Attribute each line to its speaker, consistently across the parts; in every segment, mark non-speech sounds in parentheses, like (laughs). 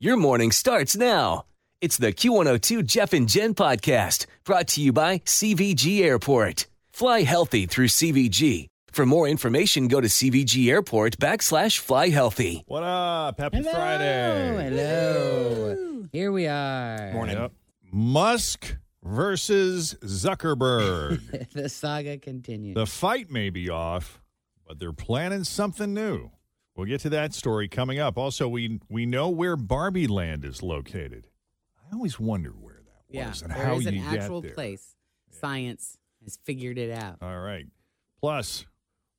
Speaker 1: Your morning starts now. It's the Q102 Jeff and Jen podcast brought to you by CVG Airport. Fly healthy through CVG. For more information, go to CVG Airport backslash fly healthy.
Speaker 2: What up? Happy
Speaker 3: Hello.
Speaker 2: Friday.
Speaker 3: Hello. Here we are.
Speaker 2: Morning. Musk versus
Speaker 3: (laughs)
Speaker 2: Zuckerberg.
Speaker 3: the saga continues.
Speaker 2: the fight may be off, but they're planning something new. We'll get to that story coming up. Also, we we know where Barbie Land is located. I always wonder where that
Speaker 3: yeah.
Speaker 2: was and
Speaker 3: There
Speaker 2: how
Speaker 3: is an
Speaker 2: you
Speaker 3: actual
Speaker 2: get there.
Speaker 3: place. Science has figured it out.
Speaker 2: All right. Plus,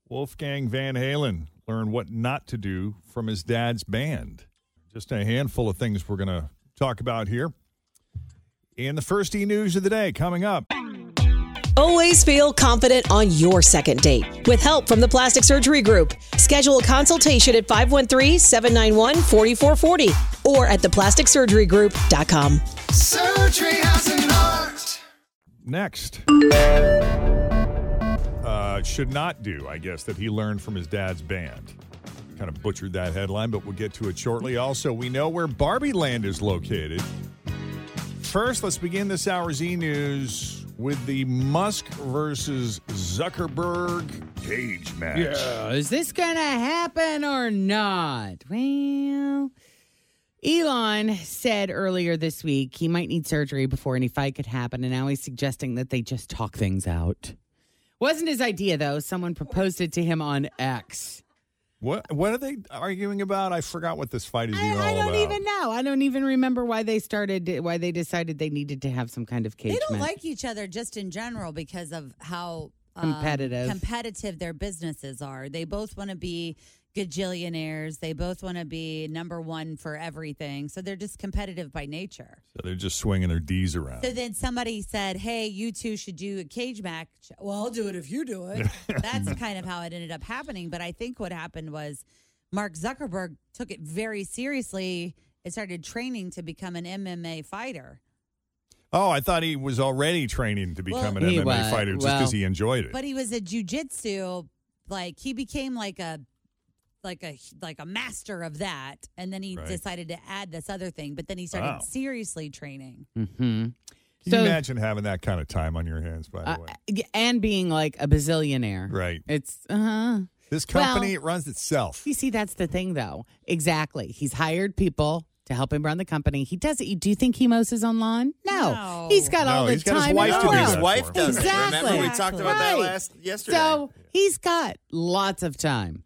Speaker 2: Wolfgang Van Halen learned what not to do from his dad's band. Just a handful of things we're going to talk about here. And the first e news of the day coming up.
Speaker 4: Always feel confident on your second date. With help from the Plastic Surgery Group, schedule a consultation at 513 791 4440 or at theplasticsurgerygroup.com.
Speaker 5: Surgery has an art.
Speaker 2: Next. Uh, should not do, I guess, that he learned from his dad's band. Kind of butchered that headline, but we'll get to it shortly. Also, we know where Barbie Land is located. First, let's begin this hour's e news with the Musk versus Zuckerberg cage match.
Speaker 3: Yeah, is this going to happen or not? Well, Elon said earlier this week he might need surgery before any fight could happen, and now he's suggesting that they just talk things out. Wasn't his idea, though. Someone proposed it to him on X.
Speaker 2: What What are they arguing about? I forgot what this fight is
Speaker 3: I,
Speaker 2: even
Speaker 3: I
Speaker 2: all
Speaker 3: don't
Speaker 2: about.
Speaker 3: even know. I don't even remember why they started, why they decided they needed to have some kind of cage
Speaker 6: They don't
Speaker 3: match.
Speaker 6: like each other just in general because of how um,
Speaker 3: Competitive.
Speaker 6: competitive their businesses are. They both want to be gajillionaires. They both want to be number one for everything. So they're just competitive by nature.
Speaker 2: So they're just swinging their D's around.
Speaker 6: So then somebody said, "Hey, you two should do a cage match." Well, I'll do it if you do
Speaker 2: (laughs)
Speaker 6: it. That's kind of how it ended up happening. But I think what happened was Mark Zuckerberg took it very seriously and started training to become an MMA fighter.
Speaker 2: Oh, I thought he was already training to become
Speaker 6: Well,
Speaker 2: an
Speaker 3: He
Speaker 2: MMA
Speaker 3: was.
Speaker 2: fighter just
Speaker 3: Well-
Speaker 2: because he enjoyed it.
Speaker 6: But he was a jujitsu, like he became like a like a like a master of that, and then he
Speaker 2: Right.
Speaker 6: decided to add this other thing. But then he started
Speaker 2: Wow.
Speaker 6: seriously training.
Speaker 3: Mm-hmm.
Speaker 2: Can
Speaker 3: So- Uh,
Speaker 2: you imagine having that kind of time on your hands, by the way?
Speaker 3: and being like a bazillionaire.
Speaker 2: Right.
Speaker 3: It's uh huh.
Speaker 2: This
Speaker 3: well-
Speaker 2: company, it runs itself.
Speaker 3: You see, that's the thing though. Exactly. He's hired people to help him run the company. He does it. Do you think he mows his own lawn? No.
Speaker 6: No.
Speaker 3: He's got
Speaker 2: No,
Speaker 3: all the
Speaker 2: he's got his
Speaker 3: time. in
Speaker 2: wife
Speaker 3: the
Speaker 2: to do
Speaker 3: world.
Speaker 2: that.
Speaker 5: His wife does
Speaker 3: Exactly.
Speaker 5: it. Remember we talked about that
Speaker 3: Right.
Speaker 5: last yesterday.
Speaker 3: So he's got lots of time.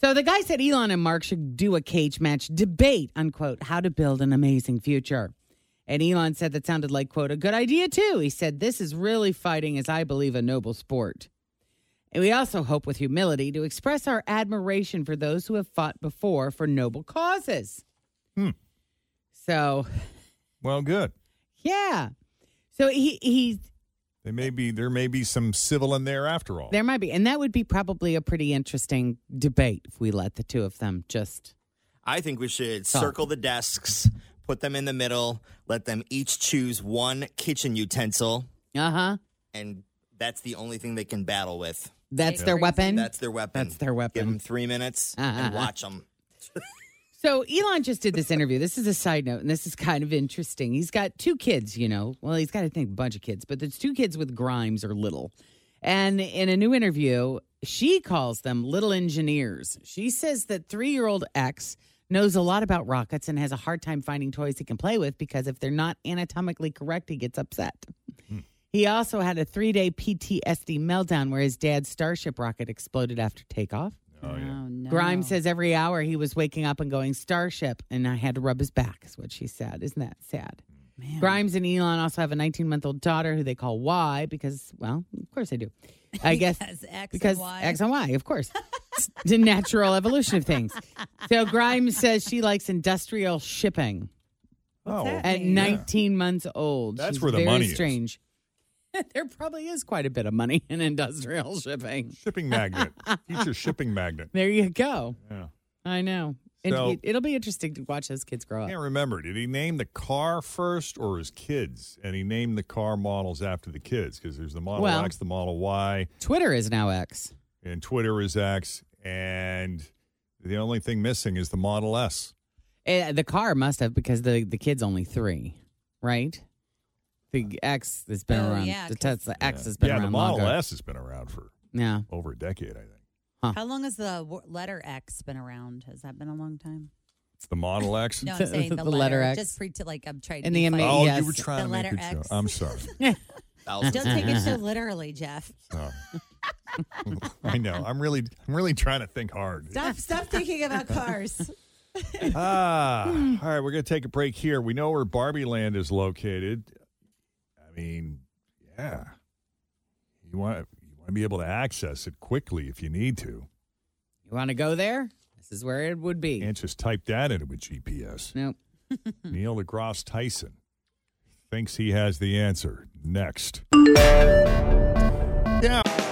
Speaker 3: so the guy said Elon and Mark should do a cage match debate, unquote, how to build an amazing future. And Elon said that sounded like, quote, a good idea too. He said, This is really fighting, as I believe, a noble sport. And we also hope with humility to express our admiration for those who have fought before for noble causes.
Speaker 2: Hmm.
Speaker 3: So,
Speaker 2: well, good.
Speaker 3: yeah. So he, he
Speaker 2: They may be there may be some civil in there after all.
Speaker 3: There might be. And that would be probably a pretty interesting debate if we let the two of them just.
Speaker 5: I think we should
Speaker 3: Stop.
Speaker 5: circle the desks, put them in the middle, let them each choose one kitchen utensil,
Speaker 3: Uh huh.
Speaker 5: and that's the only thing they can battle with.
Speaker 3: That's their weapon.
Speaker 5: That's their weapon.
Speaker 3: That's their
Speaker 5: Give
Speaker 3: weapon.
Speaker 5: them three minutes and
Speaker 3: Uh-uh.
Speaker 5: watch them.
Speaker 3: So Elon just did this interview. This is a side note, and this is kind of interesting. He's got two kids, you know. Well, he's got I think a bunch of kids, but there's two kids with Grimes or little. And in a new interview, she calls them little engineers. She says that three-year-old X knows a lot about rockets and has a hard time finding toys he can play with because if they're not anatomically correct, he gets upset. He also had a three day PTSD meltdown where his dad's Starship rocket exploded after takeoff.
Speaker 2: Oh, yeah.
Speaker 6: no.
Speaker 3: Grimes says every hour he was waking up and going Starship, and I had to rub his back, is what she said. Isn't that sad?
Speaker 6: Man.
Speaker 3: Grimes and Elon also have a 19 month old daughter who they call Y because, well, of course they do.
Speaker 6: (laughs)
Speaker 3: I guess
Speaker 6: Because X
Speaker 3: because
Speaker 6: and Y.
Speaker 3: X and Y, of course. It's the natural evolution of things. So Grimes says she likes industrial shipping
Speaker 2: Oh,
Speaker 6: that?
Speaker 3: at
Speaker 6: Yeah.
Speaker 3: 19 months old.
Speaker 2: That's
Speaker 3: She's
Speaker 2: where the
Speaker 3: very
Speaker 2: money is.
Speaker 3: strange. (laughs) there probably is quite a bit of money in industrial shipping. (laughs)
Speaker 2: shipping magnet. Future shipping magnet.
Speaker 3: There you go.
Speaker 2: Yeah.
Speaker 3: I know. It,
Speaker 2: So-
Speaker 3: it, will be interesting to watch those kids grow up.
Speaker 2: Can't remember. Did he name the car first or his kids? And he named the car models after the kids because there's the Model
Speaker 3: Well-
Speaker 2: X, the Model Y,
Speaker 3: Twitter is now X.
Speaker 2: and Twitter is X, and the only thing missing is the Model S.
Speaker 3: Eh, the car must have because the the kid's only three, right? The X has been
Speaker 6: Oh,
Speaker 3: around.
Speaker 6: yeah,
Speaker 3: the
Speaker 6: 'cause-
Speaker 3: Tesla X has been
Speaker 2: yeah,
Speaker 3: around
Speaker 2: the Model
Speaker 3: longer.
Speaker 2: S has been around for
Speaker 3: Yeah.
Speaker 2: over a decade, I think.
Speaker 6: How long has the wo- letter X been around? Has that been a long time?
Speaker 2: It's the
Speaker 6: (laughs)
Speaker 2: Model X.
Speaker 6: No, I'm saying
Speaker 3: (laughs)
Speaker 6: the,
Speaker 3: The
Speaker 6: letter,
Speaker 3: letter X.
Speaker 6: Just pretend like I'm trying
Speaker 3: And
Speaker 6: to. be
Speaker 3: the
Speaker 6: funny.
Speaker 3: ama-
Speaker 2: oh,
Speaker 3: yes.
Speaker 2: you were trying
Speaker 6: The
Speaker 2: to make
Speaker 6: letter
Speaker 2: a joke.
Speaker 6: X.
Speaker 2: I'm sorry. (laughs)
Speaker 6: (laughs)
Speaker 5: Thousands.
Speaker 6: Don't take it so literally, Jeff.
Speaker 2: Sorry. I know. I'm really, I'm really trying to think hard.
Speaker 6: Stop, stop thinking about cars.
Speaker 2: (laughs) Ah, all right, we're going to take a break here. We know where Barbie Land is located. I mean, yeah, you want you want to be able to access it quickly if you need to.
Speaker 3: You want to go there? This is where it would be.
Speaker 2: Can't just type that into a GPS.
Speaker 3: Nope.
Speaker 2: (laughs) Neil deGrasse Tyson thinks he has the answer. Next,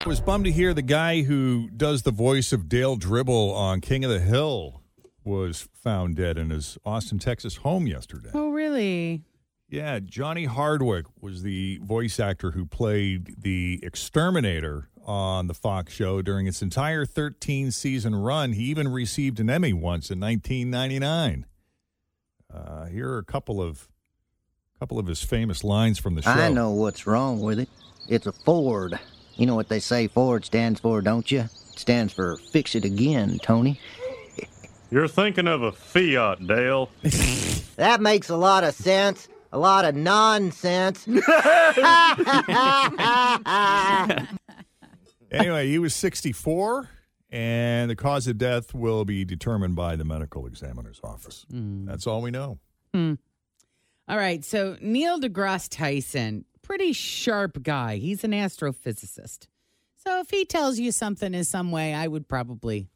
Speaker 2: I was bummed to hear the guy who does the voice of Dale Dribble on King of the Hill was found dead in his Austin, Texas home yesterday.
Speaker 3: Oh, really?
Speaker 2: Yeah, Johnny Hardwick was the voice actor who played the exterminator on the Fox show during its entire 13 season run. He even received an Emmy once in 1999. Uh, here are a couple of couple of his famous lines from the show.
Speaker 7: I know what's wrong with it. It's a Ford. You know what they say Ford stands for, don't you? It stands for fix it again, Tony.
Speaker 8: You're thinking of a Fiat, Dale.
Speaker 7: (laughs) That makes a lot of sense. A lot of nonsense. (laughs)
Speaker 2: Anyway, he was 64, and the cause of death will be determined by the medical examiner's office. That's all we know.
Speaker 3: Hmm. All right. So Neil deGrasse Tyson, pretty sharp guy. He's an astrophysicist. So if he tells you something in some way, I would probably,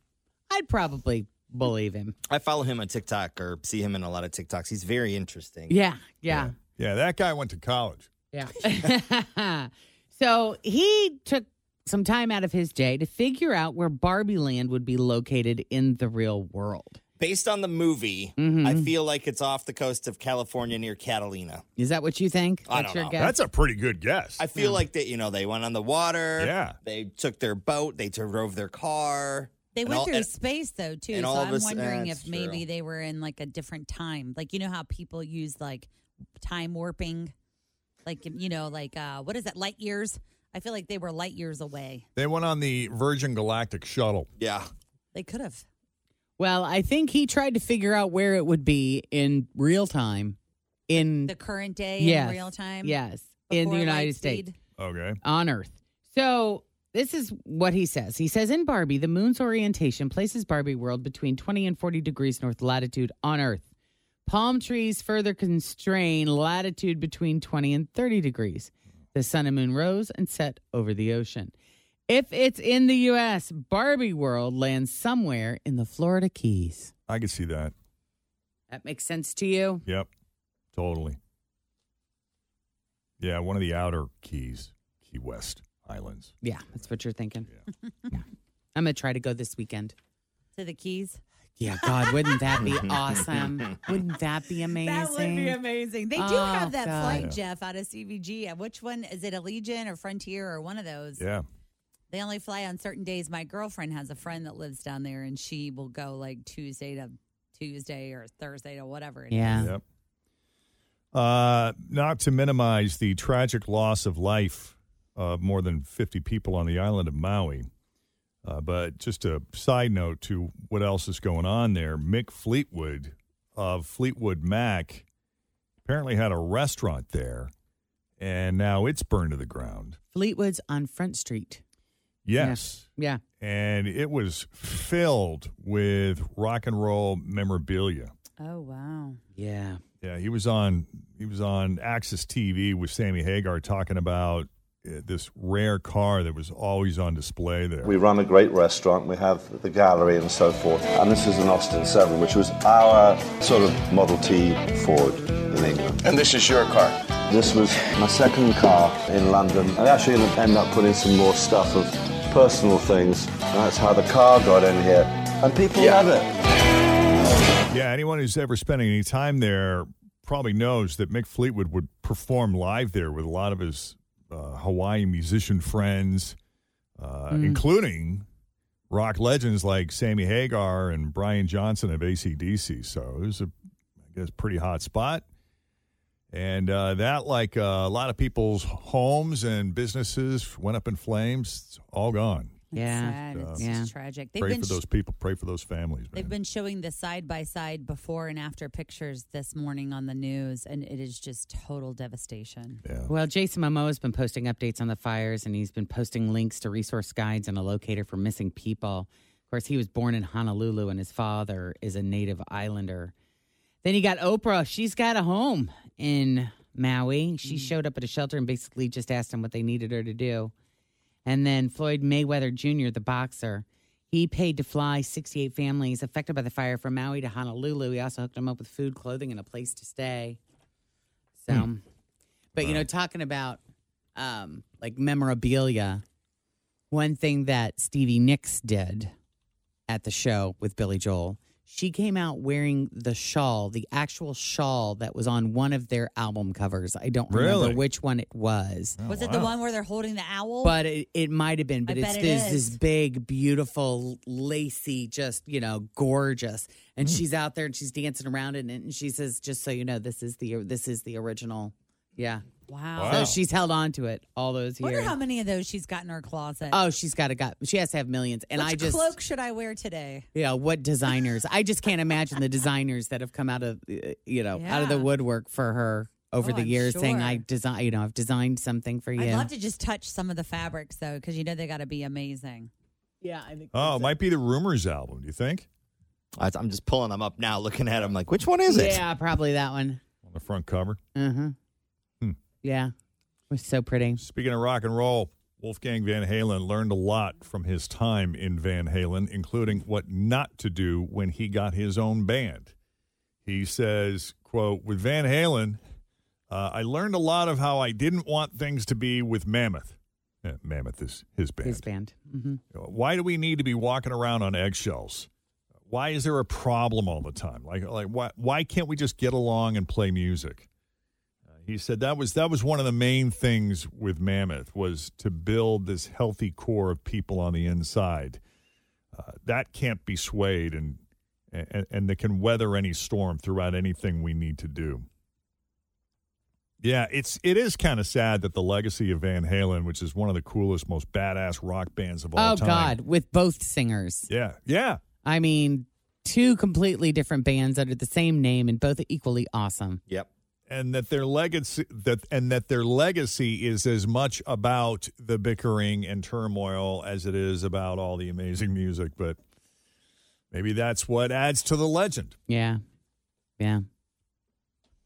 Speaker 3: I'd probably
Speaker 5: (laughs)
Speaker 3: believe him.
Speaker 5: I follow him on TikTok or see him in a lot of TikToks. He's very interesting.
Speaker 3: Yeah. Yeah.
Speaker 2: Yeah, that guy went to college.
Speaker 3: Yeah. (laughs) so he took some time out of his day to figure out where Barbie Land would be located in the real world.
Speaker 5: Based on the movie,
Speaker 3: Mm-hmm.
Speaker 5: I feel like it's off the coast of California near Catalina.
Speaker 3: Is that what you think?
Speaker 5: I
Speaker 3: That's
Speaker 5: don't
Speaker 3: your
Speaker 5: know.
Speaker 3: guess?
Speaker 2: That's a pretty good guess.
Speaker 5: I feel like that, you know, they went on the water.
Speaker 2: Yeah.
Speaker 5: They took their boat, they drove their car.
Speaker 6: They
Speaker 5: and
Speaker 6: went
Speaker 5: all-
Speaker 6: through
Speaker 5: and-
Speaker 6: space though too,
Speaker 5: and
Speaker 6: so
Speaker 5: all of
Speaker 6: I'm
Speaker 5: us-
Speaker 6: wondering
Speaker 5: that's
Speaker 6: if maybe
Speaker 5: true.
Speaker 6: they were in like a different time. Like you know how people use like time warping, like you know, like uh, what is that? Light years. I feel like they were light years away.
Speaker 2: They went on the Virgin Galactic shuttle.
Speaker 5: Yeah.
Speaker 6: They could have.
Speaker 3: well, I think he tried to figure out where it would be in real time in
Speaker 6: The current day
Speaker 3: yes,
Speaker 6: in real time.
Speaker 3: Yes. In the
Speaker 6: before
Speaker 3: United
Speaker 6: light
Speaker 3: States.
Speaker 6: speed.
Speaker 2: Okay.
Speaker 3: on Earth. So this is what he says. He says in Barbie, the moon's orientation places Barbie World between 20 and 40 degrees north latitude on Earth. Palm trees further constrain latitude between 20 and 30 degrees. The sun and moon rose and set over the ocean. If it's in the U.S., Barbie World lands somewhere in the Florida Keys.
Speaker 2: I could see that.
Speaker 3: That makes sense to you?
Speaker 2: Yep. Totally. Yeah, one of the outer keys, Key West Islands.
Speaker 3: (laughs) Yeah, that's what you're thinking. yeah. I'm going to try to go this weekend.
Speaker 6: To the Keys.
Speaker 3: Yeah, God, wouldn't that (laughs) be awesome? Wouldn't that be amazing?
Speaker 6: That would be amazing. They do
Speaker 3: Oh,
Speaker 6: have that
Speaker 3: God.
Speaker 6: flight, Jeff, out of CVG. Uh, Which one is it? Allegiant or Frontier or one of those?
Speaker 2: Yeah.
Speaker 6: They only fly on certain days. My girlfriend has a friend that lives down there, and she will go like Tuesday to Tuesday or Thursday to whatever. it is.
Speaker 2: Yep. Uh, not to minimize the tragic loss of life uh, of more than 50 people on the island of Maui, uh, but just a side note to what else is going on there. Mick Fleetwood of Fleetwood Mac apparently had a restaurant there, and now it's burned to the ground.
Speaker 3: Fleetwood's on Front Street.
Speaker 2: Yes.
Speaker 3: Yeah.
Speaker 2: And it was filled with rock and roll memorabilia.
Speaker 6: Oh wow.
Speaker 3: Yeah.
Speaker 2: Yeah, he was on he was on Axis TV with Sammy Hagar talking about uh, this rare car that was always on display there.
Speaker 9: We run a great restaurant, we have the gallery and so forth. And this is an Austin 7, which was our sort of Model T Ford in England. And this is your car? This was my second car in London. I actually ended up putting some more stuff of personal things. And that's how the car got in here. And people love it.
Speaker 2: Yeah, anyone who's ever spent any time there probably knows that Mick Fleetwood would perform live there with a lot of his uh, Hawaiian musician friends, uh, including rock legends like Sammy Hagar and Brian Johnson of ACDC. So it was a, I guess, pretty hot spot. And uh, that, like uh, a lot of people's homes and businesses, went up in flames. It's all gone.
Speaker 3: Yeah.
Speaker 6: Sad. It's
Speaker 2: Yeah.
Speaker 6: just tragic. They've
Speaker 2: pray
Speaker 6: been
Speaker 2: for
Speaker 6: sh-
Speaker 2: those people. Pray for those families.
Speaker 6: They've been showing the side by side before and after pictures this morning on the news, and it is just total devastation.
Speaker 3: Well, Jason Momoa has been posting updates on the fires and he's been posting links to resource guides and a locator for missing people. Of course, he was born in Honolulu and his father is a native islander. Then you got Oprah. She's got a home in Maui. She showed up at a shelter and basically just asked them what they needed her to do. And then Floyd Mayweather Jr., the boxer, he paid to fly 68 families affected by the fire from Maui to Honolulu. He also hooked them up with food, clothing, and a place to stay. So, but you know, talking about um, like memorabilia, one thing that Stevie Nicks did at the show with Billy Joel, she came out wearing the shawl, the actual shawl that was on one of their album covers. I don't
Speaker 2: Really?
Speaker 3: remember which one it was.
Speaker 6: was it the one where they're holding the owl?
Speaker 3: But it, it might have been, but
Speaker 6: I
Speaker 3: it's
Speaker 6: bet it
Speaker 3: this,
Speaker 6: is.
Speaker 3: this big, beautiful, lacy, just, you know, gorgeous. And
Speaker 5: Mm.
Speaker 3: she's out there and she's dancing around in it. And she says, just so you know, this is the this is the original. Yeah.
Speaker 6: wow.
Speaker 3: So she's held on to it all those
Speaker 6: I wonder
Speaker 3: years.
Speaker 6: how many of those she's got in her closet.
Speaker 3: oh, she's got to got she has to have millions. And
Speaker 6: Which
Speaker 3: I just
Speaker 6: cloak should I wear today?
Speaker 3: yeah, what designers? I just can't imagine the designers that have come out of uh, you know out of the
Speaker 6: Yeah.
Speaker 3: woodwork for her over
Speaker 6: Oh,
Speaker 3: the
Speaker 6: I'm
Speaker 3: years, saying
Speaker 6: sure.
Speaker 3: I design you know I've designed something for you.
Speaker 6: I'd love to just touch some of the fabrics though, because you know they got to be amazing.
Speaker 3: yeah, I think.
Speaker 2: Oh, it might be the Rumors album. Do you think?
Speaker 5: I- I'm just pulling them up now, looking at them like, which one is it?
Speaker 3: Yeah, probably that one.
Speaker 2: On the front cover.
Speaker 3: Uh-huh.
Speaker 2: Hmm.
Speaker 3: Yeah. It was so pretty.
Speaker 2: Speaking of rock and roll, Wolfgang Van Halen learned a lot from his time in Van Halen, including what not to do when he got his own band. He says, quote, with Van Halen, uh, I learned a lot of how I didn't want things to be with Mammoth. Yeah, Mammoth is his band.
Speaker 3: His band. hmm
Speaker 2: Why do we need to be walking around on eggshells? Why is there a problem all the time? Like, like why, why can't we just get along and play music? Uh, he said that was that was one of the main things with Mammoth was to build this healthy core of people on the inside uh, that can't be swayed and, and and that can weather any storm throughout anything we need to do. Yeah, it's it is kind of sad that the legacy of Van Halen, which is one of the coolest, most badass rock bands of all
Speaker 3: Oh
Speaker 2: time.
Speaker 3: God, with both singers.
Speaker 2: Yeah, yeah,
Speaker 3: I mean, two completely different bands under the same name and both equally awesome.
Speaker 5: Yep.
Speaker 2: and that their legacy that and that their legacy is as much about the bickering and turmoil as it is about all the amazing music. But maybe that's what adds to the legend.
Speaker 3: Yeah. Yeah.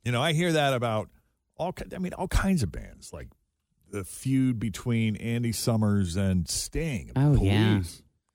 Speaker 2: You know, I hear that about all. ki- I mean, all kinds of bands, like the feud between Andy Summers and Sting. and
Speaker 3: Oh,
Speaker 2: Police.
Speaker 3: yeah.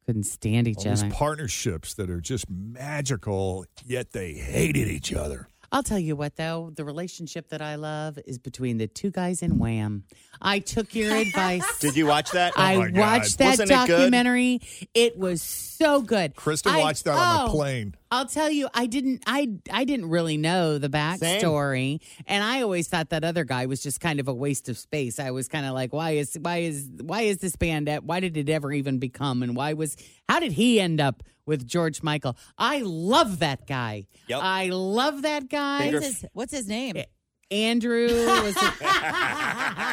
Speaker 3: Couldn't stand each
Speaker 2: All these
Speaker 3: other.
Speaker 2: partnerships that are just magical, yet they hated each other.
Speaker 3: I'll tell you what though, the relationship that I love is between the two guys in Wham. I took your advice.
Speaker 5: (laughs) Did you watch that?
Speaker 2: Oh,
Speaker 3: I watched that
Speaker 5: Wasn't it good?
Speaker 3: documentary. It, was so good.
Speaker 2: Kristen
Speaker 3: I-
Speaker 2: watched that on
Speaker 3: oh,
Speaker 2: the plane.
Speaker 3: I'll tell you, I didn't I I didn't really know the backstory. And I always thought that other guy was just kind of a waste of space. I was kind of like, why is why is why is this band at why did it ever even become and why was how did he end up with George Michael? I love that guy.
Speaker 6: Yep.
Speaker 3: I love that guy.
Speaker 6: What's his, what's his name?
Speaker 3: Andrew (laughs) was it- (laughs)
Speaker 5: Andrew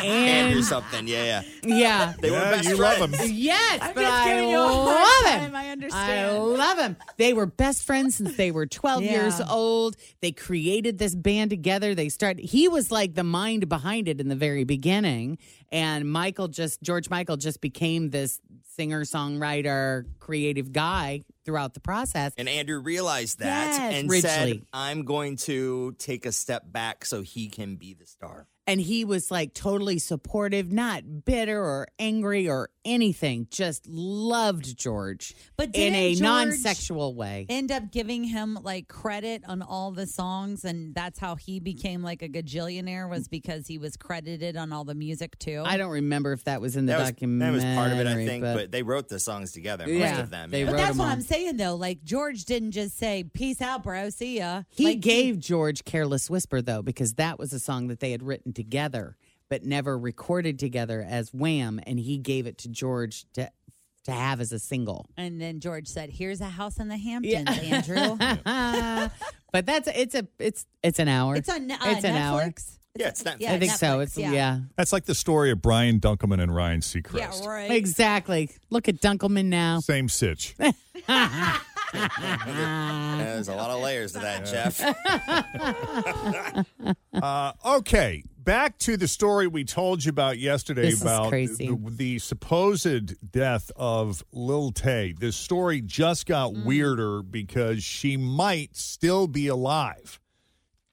Speaker 3: And-
Speaker 5: something. Yeah, yeah.
Speaker 6: (laughs)
Speaker 3: Yeah.
Speaker 5: They were best friends.
Speaker 3: Yes,
Speaker 6: I'm
Speaker 3: but
Speaker 6: just
Speaker 3: I
Speaker 6: giving you a hard
Speaker 3: love
Speaker 6: time.
Speaker 3: him.
Speaker 6: I understand.
Speaker 3: I love him. They were best friends since they were 12
Speaker 6: Yeah.
Speaker 3: years old. They created this band together. They started he was like the mind behind it in the very beginning and Michael just George Michael just became this singer-songwriter, creative guy throughout the process.
Speaker 5: And Andrew realized that
Speaker 3: Yes,
Speaker 5: and said,
Speaker 3: Ridgely.
Speaker 5: I'm going to take a step back so he can be the star.
Speaker 3: and he was like totally supportive, not bitter or angry or anything. Just loved George,
Speaker 6: But
Speaker 3: in
Speaker 6: didn't
Speaker 3: a
Speaker 6: George-
Speaker 3: non-sexual way.
Speaker 6: End up giving him like credit on all the songs, and that's how he became like a gajillionaire was because he was credited on all the music too.
Speaker 3: I don't remember if that was in the
Speaker 5: that, was, that
Speaker 3: documentary.
Speaker 5: was part of it, I think, but, they wrote the songs together, most
Speaker 3: Yeah,
Speaker 5: of them. (laughs)
Speaker 3: they
Speaker 5: yeah.
Speaker 6: But
Speaker 3: wrote
Speaker 6: that's
Speaker 3: 'em
Speaker 6: what
Speaker 3: all.
Speaker 6: I'm saying though. Like George didn't just say "peace out, bro, see ya."
Speaker 3: he
Speaker 6: like,
Speaker 3: gave George "Careless Whisper" though, because that was a song that they had written together, but never recorded together as Wham. And he gave it to George to to have as a single.
Speaker 6: and then George said, "Here's a house in the Hamptons,
Speaker 5: (laughs)
Speaker 6: Andrew."
Speaker 3: but that's it's a it's it's an hour.
Speaker 6: It's on uh,
Speaker 3: it's an hour.
Speaker 6: Netflix.
Speaker 5: Yeah, it's not.
Speaker 6: Yeah,
Speaker 3: I think so.
Speaker 6: Netflix,
Speaker 3: It's
Speaker 6: yeah.
Speaker 3: yeah.
Speaker 2: That's like the story of Brian Dunkelman and Ryan Seacrest.
Speaker 6: Yeah, right.
Speaker 3: Exactly. Look at Dunkelman now. (laughs)
Speaker 2: Same sitch.
Speaker 5: Yeah, There's a lot of layers to that, Jeff.
Speaker 3: (laughs)
Speaker 2: Uh, okay, back to the story we told you about yesterday
Speaker 3: This is
Speaker 2: about
Speaker 3: crazy.
Speaker 2: The, the supposed death of Lil Tay. This story just got
Speaker 3: Mm.
Speaker 2: weirder because she might still be alive.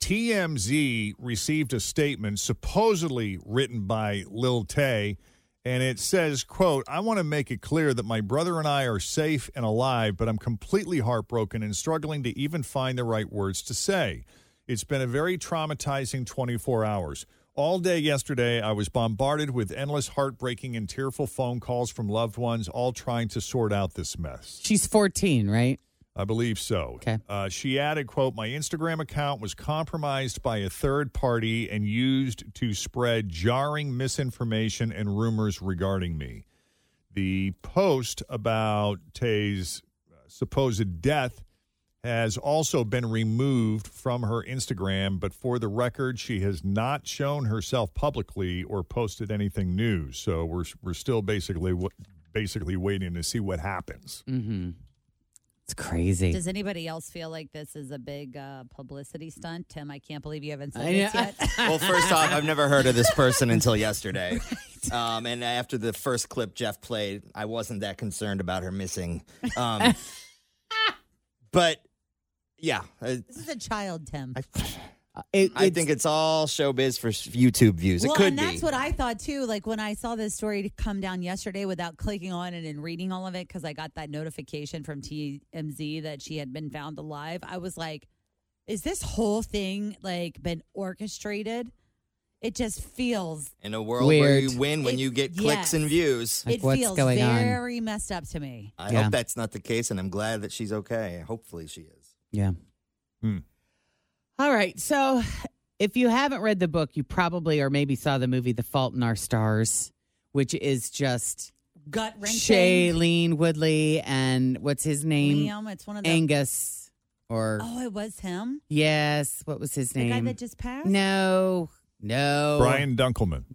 Speaker 2: TMZ received a statement supposedly written by Lil Tay and it says quote i want to make it clear that my brother and i are safe and alive but i'm completely heartbroken and struggling to even find the right words to say it's been a very traumatizing 24 hours all day yesterday i was bombarded with endless heartbreaking and tearful phone calls from loved ones all trying to sort out this mess
Speaker 3: She's 14, right?
Speaker 2: I believe so.
Speaker 3: Okay.
Speaker 2: Uh, she added, "quote My Instagram account was compromised by a third party and used to spread jarring misinformation and rumors regarding me." The post about Tay's uh, supposed death has also been removed from her Instagram, but for the record, she has not shown herself publicly or posted anything new. So we're we're still basically wa- basically waiting to see what happens.
Speaker 3: Mm-hmm. It's crazy.
Speaker 6: Does anybody else feel like this is a big uh, publicity stunt? Tim, I can't believe you haven't said
Speaker 3: I
Speaker 6: this
Speaker 3: know.
Speaker 6: yet.
Speaker 5: (laughs) Well, first off, I've never heard of this person until yesterday. Um, and after the first clip Jeff played, I wasn't that concerned about her missing. Um, but yeah, I,
Speaker 6: (laughs) this is a child, Tim.
Speaker 5: I,
Speaker 3: It-
Speaker 5: I think it's all showbiz for YouTube views.
Speaker 6: well,
Speaker 5: it could
Speaker 6: and that's
Speaker 5: be.
Speaker 6: what I thought too. Like when I saw this story to come down yesterday without clicking on it and reading all of it, because I got that notification from TMZ that she had been found alive. I was like, "Is this whole thing like been orchestrated?" It just feels
Speaker 5: In a world where
Speaker 3: Weird.
Speaker 5: you win when
Speaker 6: It-
Speaker 5: you get clicks
Speaker 6: yes.
Speaker 5: and views.
Speaker 3: Like,
Speaker 6: it
Speaker 3: what's
Speaker 6: feels
Speaker 3: going on?
Speaker 6: very messed up to me.
Speaker 5: I
Speaker 3: Yeah.
Speaker 5: hope that's not the case, and I'm glad that she's okay. Hopefully, she is.
Speaker 3: yeah.
Speaker 2: Hmm.
Speaker 3: All right. So, if you haven't read the book, you probably or maybe saw the movie The Fault in Our Stars, which is just
Speaker 6: Gut wrenching.
Speaker 3: Shailene Woodley and what's his name?
Speaker 6: Liam, it's one of the.
Speaker 3: Angus. Or,
Speaker 6: Oh, it was him.
Speaker 3: yes, what was his
Speaker 6: The
Speaker 3: name?
Speaker 6: guy that just passed?
Speaker 3: no, no.
Speaker 2: Brian Dunkelman.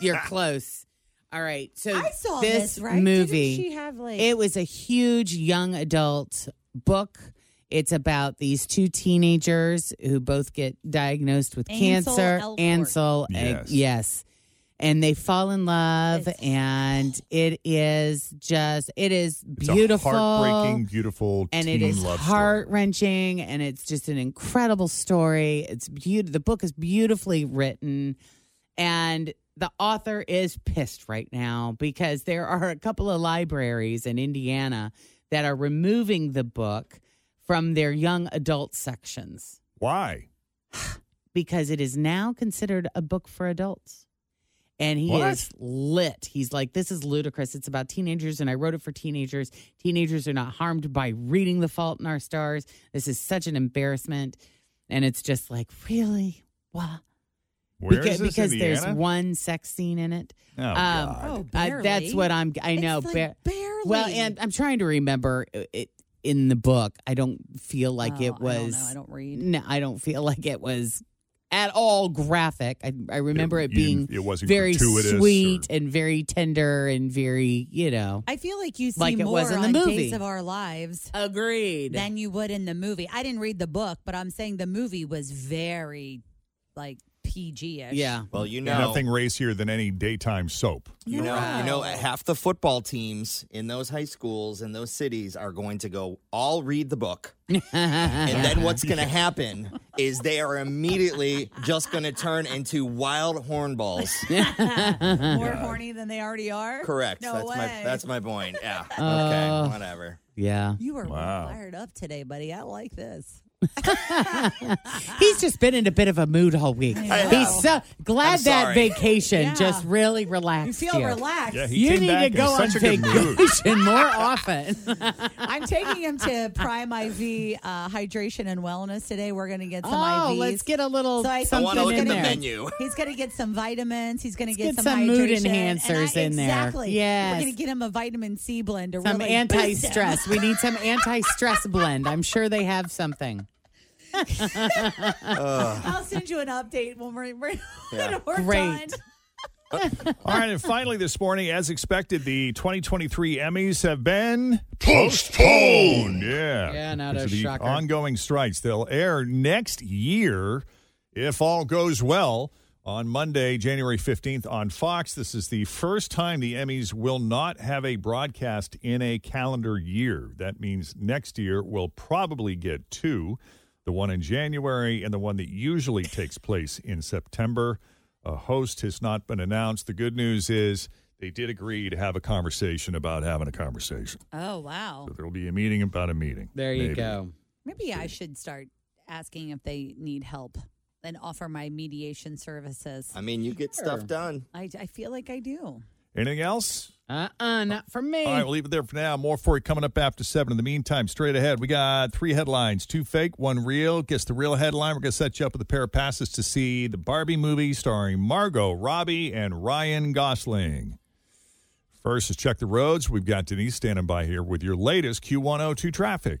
Speaker 3: You're close. All right. So
Speaker 6: I saw this, right?
Speaker 3: movie.
Speaker 6: Didn't she have like
Speaker 3: It was a huge young adult book. It's about these two teenagers who both get diagnosed with
Speaker 6: Ansel
Speaker 3: cancer.
Speaker 6: Elgort.
Speaker 3: Ansel, eh,
Speaker 2: Yes.
Speaker 3: yes. And they fall in love,
Speaker 6: It's-
Speaker 3: and it is just, it is
Speaker 2: It's
Speaker 3: beautiful
Speaker 2: a heartbreaking, beautiful,
Speaker 3: and
Speaker 2: teen
Speaker 3: it is
Speaker 2: love
Speaker 3: heart
Speaker 2: story.
Speaker 3: wrenching, and it's just an incredible story. It's beautiful. The book is beautifully written, and the author is pissed right now because there are a couple of libraries in Indiana that are removing the book from their young adult sections
Speaker 2: Why?
Speaker 3: (sighs) because it is now considered a book for adults. and he
Speaker 10: What?
Speaker 3: is lit. He's like, this is ludicrous. It's about teenagers, and I wrote it for teenagers. Teenagers are not harmed by reading The Fault in Our Stars. This is such an embarrassment. And it's just like, really? Wow. Beca-
Speaker 2: Where is this,
Speaker 3: because there's
Speaker 2: Indiana?
Speaker 3: one sex scene in it. Um,
Speaker 2: Oh,
Speaker 10: God. Oh,
Speaker 3: uh, that's
Speaker 10: barely.
Speaker 3: what I'm. I
Speaker 10: It's
Speaker 3: know.
Speaker 10: like
Speaker 3: barely. Well, and I'm trying to remember uh, it in the book. I don't feel like
Speaker 6: Oh, I
Speaker 3: it
Speaker 6: don't
Speaker 3: was.
Speaker 6: know. I don't read.
Speaker 3: No, I don't feel like it was at all graphic. I, I remember it,
Speaker 2: you
Speaker 3: being
Speaker 2: didn't- it wasn't
Speaker 3: very
Speaker 2: gratuitous or-
Speaker 3: sweet and very tender and very you know.
Speaker 6: I (laughs) feel like you see
Speaker 3: Like it
Speaker 6: more
Speaker 3: was in the
Speaker 6: on
Speaker 3: movie.
Speaker 6: Days of Our Lives.
Speaker 3: Agreed.
Speaker 6: Than you would in the movie. I didn't read the book, but I'm saying the movie was very like PG-ish.
Speaker 5: Well, you
Speaker 2: There's
Speaker 5: know-
Speaker 2: nothing racier than any daytime soap.
Speaker 5: You know, you
Speaker 6: No.
Speaker 5: know, half the football teams in those high schools in those cities are going to go all read the book. (laughs) And then what's going to happen is they are immediately just going to turn into wild
Speaker 3: (laughs)
Speaker 5: hornballs.
Speaker 6: More
Speaker 5: Yeah.
Speaker 6: horny than they already are.
Speaker 5: Correct.
Speaker 6: No
Speaker 5: that's
Speaker 6: way.
Speaker 5: my that's my point.
Speaker 3: (laughs)
Speaker 5: Yeah.
Speaker 3: Oh.
Speaker 5: okay. Whatever.
Speaker 3: Yeah.
Speaker 6: You were
Speaker 3: Wow.
Speaker 6: fired up today, buddy. I like this.
Speaker 3: (laughs) He's just been in a bit of a mood all week.
Speaker 6: I know.
Speaker 3: He's so glad
Speaker 6: I'm
Speaker 3: that
Speaker 6: sorry.
Speaker 3: vacation
Speaker 6: Yeah.
Speaker 3: just really relaxed.
Speaker 6: feel relaxed. Yeah, he
Speaker 3: you
Speaker 6: came
Speaker 3: need
Speaker 6: back
Speaker 3: to
Speaker 6: in
Speaker 3: go on
Speaker 6: such a good mood.
Speaker 3: vacation more often.
Speaker 6: I'm taking him to Prime IV uh, hydration and wellness today. We're going to get some
Speaker 3: Oh,
Speaker 6: IVs.
Speaker 3: let's get a little
Speaker 6: So I
Speaker 3: something
Speaker 6: think
Speaker 3: I wanna look
Speaker 6: he's
Speaker 3: at
Speaker 6: gonna
Speaker 3: the
Speaker 6: get-
Speaker 3: menu.
Speaker 6: He's going to get some vitamins. He's going to
Speaker 3: get
Speaker 6: get, some
Speaker 3: some mood
Speaker 6: hydration, and
Speaker 3: enhancers
Speaker 6: I-
Speaker 3: in there.
Speaker 6: Exactly.
Speaker 3: Yes.
Speaker 6: We're going to get him a vitamin C blend to
Speaker 3: Some
Speaker 6: really boost him.
Speaker 3: anti-stress.
Speaker 6: (laughs)
Speaker 3: we need some anti-stress blend. I'm sure they have something.
Speaker 6: I'll send you an update when we're, we're (laughs)
Speaker 2: Yeah.
Speaker 6: when we're
Speaker 3: Great.
Speaker 6: done.
Speaker 2: (laughs) All right, and finally this morning, as expected, the 2023 Emmys have been postponed. Yeah,
Speaker 3: Yeah, not
Speaker 2: because
Speaker 3: a
Speaker 2: of the
Speaker 3: shocker.
Speaker 2: Ongoing strikes. They'll air next year, if all goes well, on Monday, January 15th on Fox. This is the first time the Emmys will not have a broadcast in a calendar year. That means next year we'll probably get two. The one in January and the one that usually takes place in September a host has not been announced. The good news is they did agree to have a conversation about having a conversation.
Speaker 6: Oh, wow.
Speaker 2: So there'll be a meeting about a meeting.
Speaker 3: There you
Speaker 2: maybe.
Speaker 3: go.
Speaker 6: Maybe I should start asking if they need help and offer my mediation services.
Speaker 5: I mean, you get stuff done.
Speaker 6: I, I feel like I do.
Speaker 2: Anything else?
Speaker 3: Uh uh not for me.
Speaker 2: All right, we'll leave it there for now. More for you coming up after seven. In the meantime, straight ahead, we got three headlines two fake, one real. Guess the real headline. We're going to set you up with a pair of passes to see the Barbie movie starring Margot Robbie and Ryan Gosling. First is check the roads. We've got Denise standing by here with your latest Q102 traffic.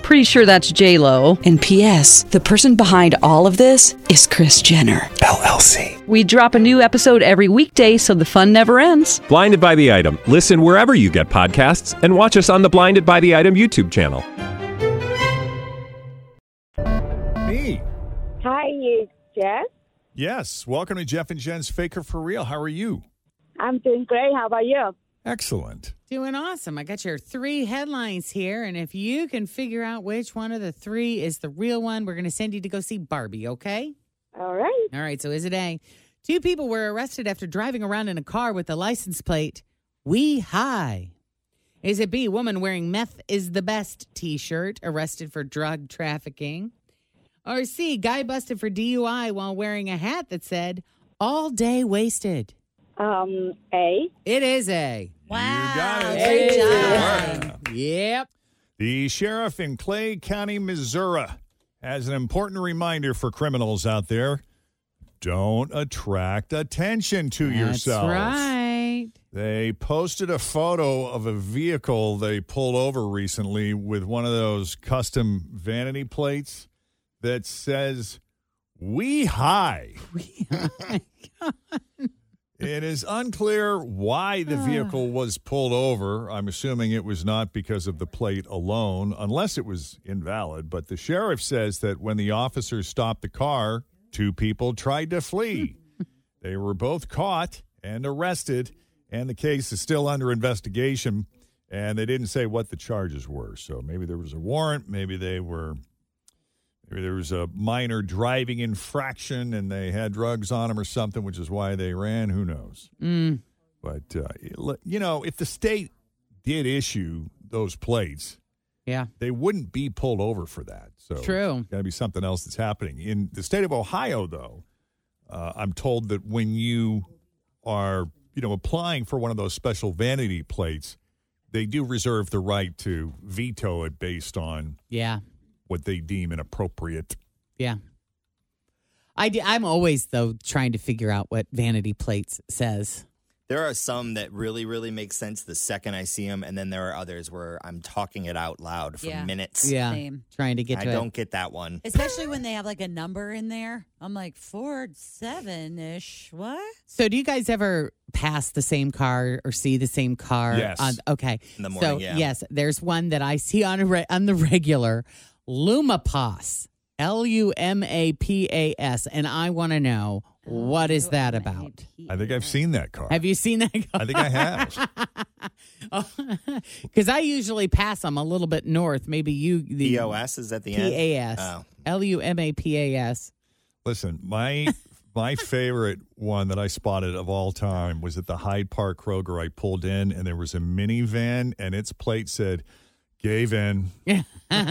Speaker 11: Pretty sure that's J Lo. And P.S. The person behind all of this is Chris Jenner LLC. We drop a new episode every weekday, so the fun never ends.
Speaker 12: Blinded by the Item. Listen wherever you get podcasts, and watch us on the Blinded by the Item YouTube channel.
Speaker 2: Me.
Speaker 13: Hi, you, Jess.
Speaker 2: Yes. Welcome to Jeff and Jen's Faker for Real. How are you?
Speaker 13: I'm doing great. How about you?
Speaker 2: Excellent.
Speaker 3: Doing awesome. I got your three headlines here. And if you can figure out which one of the three is the real one, we're going to send you to go see Barbie, okay?
Speaker 13: All right.
Speaker 3: All right. So, is it A? Two people were arrested after driving around in a car with the license plate, We High. Is it B? Woman wearing meth is the best t shirt, arrested for drug trafficking. Or C? Guy busted for DUI while wearing a hat that said, All day wasted.
Speaker 13: Um, A.
Speaker 3: It is A.
Speaker 6: Wow.
Speaker 3: It is A.
Speaker 2: Yep. The sheriff in Clay County, Missouri, has an important reminder for criminals out there don't attract attention to yourself.
Speaker 3: right.
Speaker 2: They posted a photo of a vehicle they pulled over recently with one of those custom vanity plates that says, We high. It is unclear why the vehicle was pulled over. I'm assuming it was not because of the plate alone, unless it was invalid. But the sheriff says that when the officers stopped the car, two people tried to flee. they were both caught and arrested, and the case is still under investigation. And they didn't say what the charges were. So maybe there was a warrant. Maybe they were Maybe there was a minor driving infraction and they had drugs on them or something, which is why they ran. Who knows?
Speaker 3: Mm.
Speaker 2: But, uh, l- you know, if the state did issue those plates,
Speaker 3: yeah,
Speaker 2: they wouldn't be pulled over for that. So
Speaker 3: True.
Speaker 2: got to be something else that's happening. In the state of Ohio, though, uh, I'm told that when you are, you know, applying for one of those special vanity plates, they do reserve the right to veto it based on
Speaker 3: Yeah.
Speaker 2: what they deem inappropriate.
Speaker 3: Yeah. I d- I'm always, though, trying to figure out what vanity plates says.
Speaker 5: There are some that really, really make sense the second I see them, and then there are others where I'm talking it out loud for
Speaker 6: Yeah.
Speaker 5: minutes.
Speaker 3: Yeah. Trying to get
Speaker 5: I
Speaker 3: to it.
Speaker 5: don't get that one.
Speaker 6: Especially when they have like a number in there. I'm like four seven ish. What?
Speaker 3: So, do you guys ever pass the same car or see the same car?
Speaker 5: Yes.
Speaker 3: on- okay.
Speaker 5: In the
Speaker 3: so,
Speaker 5: morning, yeah.
Speaker 3: yes, there's one that I see on a re- on the regular, Lumapas, L U M A P A S, and I want to know what is that about?
Speaker 2: I think I've seen that car.
Speaker 3: Have you seen that?
Speaker 2: I think I have.
Speaker 3: Because I usually pass them a little bit north. Maybe you the
Speaker 5: EOS is at the end.
Speaker 3: PAS
Speaker 5: Oh.
Speaker 3: L U M A P A S.
Speaker 2: Listen, my (laughs) my favorite one that I spotted of all time was at the Hyde Park Kroger. I pulled in and there was a minivan and its plate said
Speaker 6: (laughs)
Speaker 2: gave in. (laughs) and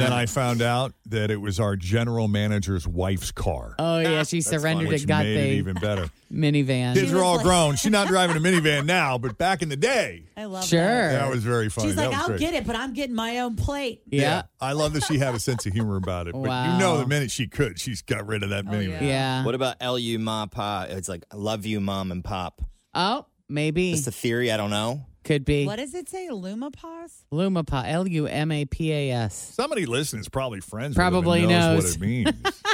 Speaker 2: then I found out that it was our general manager's wife's
Speaker 3: (laughs)
Speaker 2: car.
Speaker 3: Oh yeah, she surrendered
Speaker 2: Which
Speaker 3: it. Got
Speaker 2: made
Speaker 3: the
Speaker 2: it even better.
Speaker 3: minivan.
Speaker 2: Kids are all grown. She's not driving a minivan now, but back in the day,
Speaker 6: I love
Speaker 3: Sure.
Speaker 6: that.
Speaker 2: that was very funny.
Speaker 6: She's
Speaker 2: That
Speaker 6: like,
Speaker 2: was
Speaker 6: I'll
Speaker 2: great.
Speaker 6: get it, but I'm getting my own plate.
Speaker 3: Yeah.
Speaker 2: I love that she had a sense of humor about it. But
Speaker 3: Wow.
Speaker 2: you know, the minute she could, she's got rid of that
Speaker 6: Oh,
Speaker 2: minivan.
Speaker 3: Yeah.
Speaker 5: What about LU Ma Pa? It's like, I love you, Mom and Pop.
Speaker 3: Oh, maybe
Speaker 5: It's a theory. I don't know.
Speaker 3: could be
Speaker 6: What does it say? Lumapas?
Speaker 3: Lumapas. L U M A P A S.
Speaker 2: Somebody listening is probably friends.
Speaker 3: Probably
Speaker 2: with him and knows,
Speaker 3: knows.
Speaker 2: what it means.
Speaker 3: (laughs)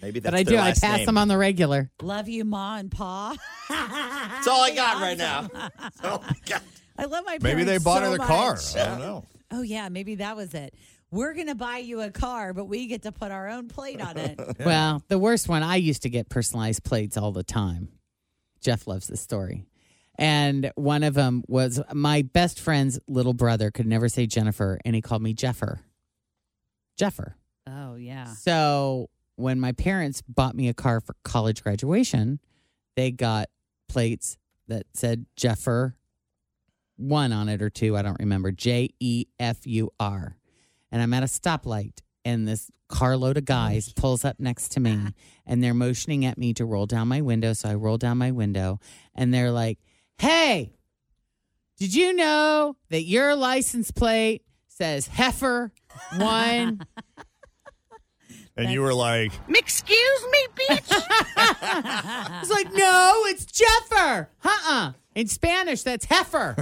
Speaker 5: Maybe that's
Speaker 3: But I do.
Speaker 5: their
Speaker 3: I
Speaker 5: last
Speaker 3: pass
Speaker 5: name.
Speaker 3: them on the regular.
Speaker 6: Love you, Ma and Pa. That's
Speaker 5: all I got
Speaker 6: (laughs)
Speaker 5: right now.
Speaker 6: I love my
Speaker 2: Maybe they
Speaker 6: parents
Speaker 2: bought
Speaker 6: so
Speaker 2: her the car.
Speaker 6: much.
Speaker 2: I don't know.
Speaker 6: Oh yeah, maybe that was it. We're gonna buy you a car, but we get to put our own plate on
Speaker 2: (laughs)
Speaker 6: it.
Speaker 3: Well, the worst one, I used to get personalized plates all the time. Jeff loves this story. And one of them was my best friend's little brother could never say Jennifer, and he called me Jeffer. Jeffer.
Speaker 6: oh yeah.
Speaker 3: So when my parents bought me a car for college graduation, they got plates that said Jeffer one on it or two, I don't remember. J E F U R. And I'm at a stoplight and this carload of guys pulls up next to me and they're motioning at me to roll down my window. So I roll down my window and they're like, Hey, did you know that your license plate says Heifer one?
Speaker 2: And you were like,
Speaker 3: Excuse me, bitch. (laughs) it's like, no, it's Jeffer. Uh-uh. In Spanish, that's heifer.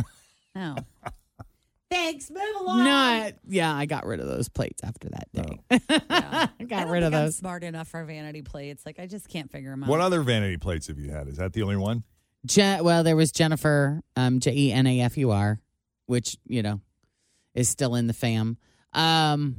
Speaker 6: Oh. Thanks. Move along.
Speaker 3: Not, yeah, I got rid of those plates after that day. I
Speaker 6: (laughs) I
Speaker 3: got
Speaker 6: don't
Speaker 3: rid of
Speaker 6: think I'm
Speaker 3: those.
Speaker 6: smart enough for vanity plates. Like I just can't figure them out.
Speaker 2: "What other vanity plates have you had? Is that the only one?"
Speaker 3: Je- well, there was Jennifer, um, J E N A F U R, which, you know, is still in the fam. Um,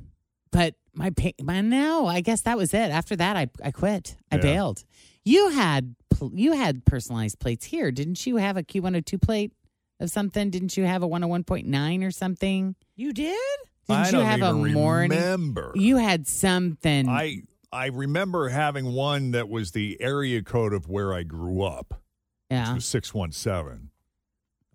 Speaker 3: but my, pa- my, no, I guess that was it. After that, I, I quit. I
Speaker 2: Yeah.
Speaker 3: bailed. You had, pl- you had personalized plates here. Didn't you have a Q102 plate of something? Didn't you have a 101.9 or something?
Speaker 6: you did?
Speaker 3: Didn't
Speaker 2: I
Speaker 3: you
Speaker 2: don't
Speaker 3: have a
Speaker 2: even
Speaker 3: morning?
Speaker 2: Remember,
Speaker 3: You had something.
Speaker 2: I I remember having one that was the area code of where I grew up, which
Speaker 3: yeah.
Speaker 2: was six one seven.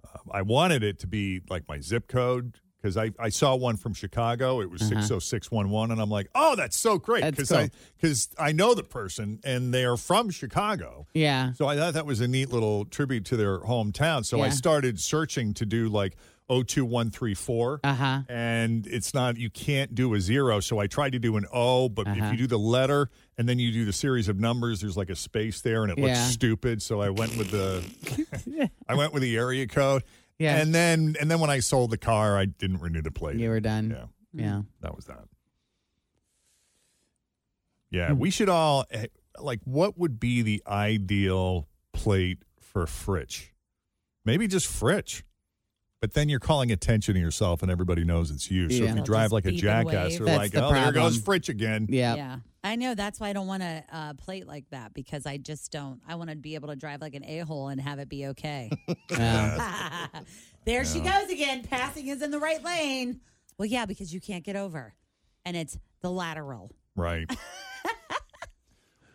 Speaker 2: Uh, I wanted it to be like my zip code because I, I saw one from Chicago. It was
Speaker 3: Uh-huh.
Speaker 2: six zero six one one, and I'm like, "Oh, that's so great!"
Speaker 3: That's
Speaker 2: Because
Speaker 3: cool.
Speaker 2: I because I know the person and they are from Chicago.
Speaker 3: Yeah.
Speaker 2: So I thought that was a neat little tribute to their hometown. So I
Speaker 3: Yeah.
Speaker 2: started searching to do like 02134.
Speaker 3: Uh huh.
Speaker 2: And it's not, you can't do a zero. So I tried to do an O, but
Speaker 3: Uh-huh.
Speaker 2: if you do the letter and then you do the series of numbers, there's like a space there and it looks
Speaker 3: Yeah.
Speaker 2: stupid. So I went
Speaker 3: (laughs)
Speaker 2: with the, I went with the area code.
Speaker 3: Yeah.
Speaker 2: And then, and then when I sold the car, I didn't renew the plate.
Speaker 3: You were done.
Speaker 2: Yeah.
Speaker 6: Mm-hmm.
Speaker 3: Yeah.
Speaker 2: That was that. Yeah,
Speaker 6: Hmm.
Speaker 2: we should all eh, like. What would be the ideal plate for Fritch? Maybe just Fritch, but then you're calling attention to yourself, and everybody knoes it's you. So
Speaker 3: Yeah.
Speaker 2: if you
Speaker 3: They'll
Speaker 2: drive
Speaker 6: just
Speaker 2: like a
Speaker 6: beep and
Speaker 2: jackass,
Speaker 6: wave.
Speaker 2: they're
Speaker 3: That's
Speaker 2: like,
Speaker 3: the
Speaker 2: "Oh, there goes
Speaker 3: problem.
Speaker 2: Fritch again."
Speaker 3: Yeah.
Speaker 6: Yeah. I know. That's why I don't want a uh, plate like that because I just don't. I want to be able to drive like an a hole and have it be okay.
Speaker 3: (laughs) Yeah.
Speaker 6: (laughs) there she goes again. Passing is in the right lane. Well, yeah, because you can't get over. And it's the lateral.
Speaker 2: Right.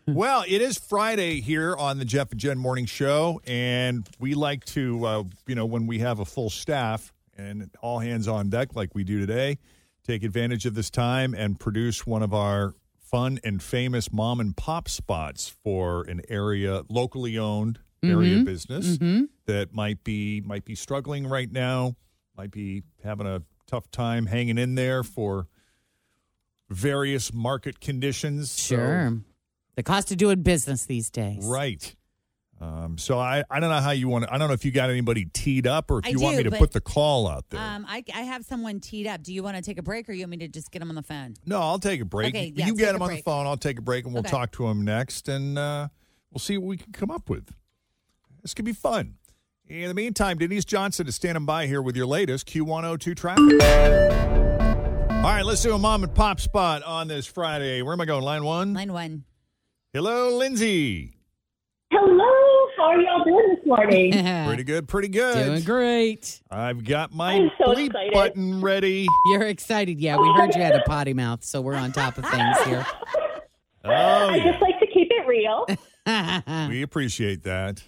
Speaker 2: well, it is Friday here on the Jeff and Jen Morning Show, and we like to, uh, you know, when we have a full staff and all hands on deck like we do today, take advantage of this time and produce one of our fun and famous mom and pop spots for an area locally owned area
Speaker 12: Mm-hmm.
Speaker 10: Mhm.
Speaker 2: business
Speaker 10: Mhm.
Speaker 3: Mm-hmm.
Speaker 2: that might be might be struggling right now, might be having a tough time hanging in there for various market conditions. So-
Speaker 3: Sure. the cost of doing business these days.
Speaker 2: right. Um, so I, I don't know how you want to, I don't know if you got anybody teed up or if
Speaker 6: I
Speaker 2: you want
Speaker 6: do,
Speaker 2: me to
Speaker 6: but-
Speaker 2: put the call out there.
Speaker 6: Um, I, I have someone teed up. Do you want to take a break or you want me to just get them on the phone?
Speaker 2: No, I'll take a break.
Speaker 6: Okay,
Speaker 2: You-
Speaker 6: yeah,
Speaker 2: you get
Speaker 6: take
Speaker 2: him
Speaker 6: a
Speaker 2: on the
Speaker 6: break.
Speaker 2: phone. I'll take a break and we'll
Speaker 6: Okay.
Speaker 2: talk to him next and uh, we'll see what we can come up with. This could be fun. In the meantime, Denise Johnson is standing by here with your latest Q102 traffic. All right, let's do a mom and pop spot on this Friday. Where am I going? Line one? Line
Speaker 6: one.
Speaker 2: Hello, Lindsay.
Speaker 14: Hello, how are y'all doing this morning?
Speaker 2: Pretty good, pretty good.
Speaker 3: Doing great.
Speaker 2: I've got my
Speaker 14: I'm so
Speaker 2: bleep
Speaker 14: excited.
Speaker 2: button ready.
Speaker 3: You're excited. Yeah, we heard you had a potty mouth, so we're on top of
Speaker 14: (laughs)
Speaker 3: things here.
Speaker 6: (laughs)
Speaker 2: Oh, yeah.
Speaker 14: Just like to keep it real.
Speaker 2: we appreciate that.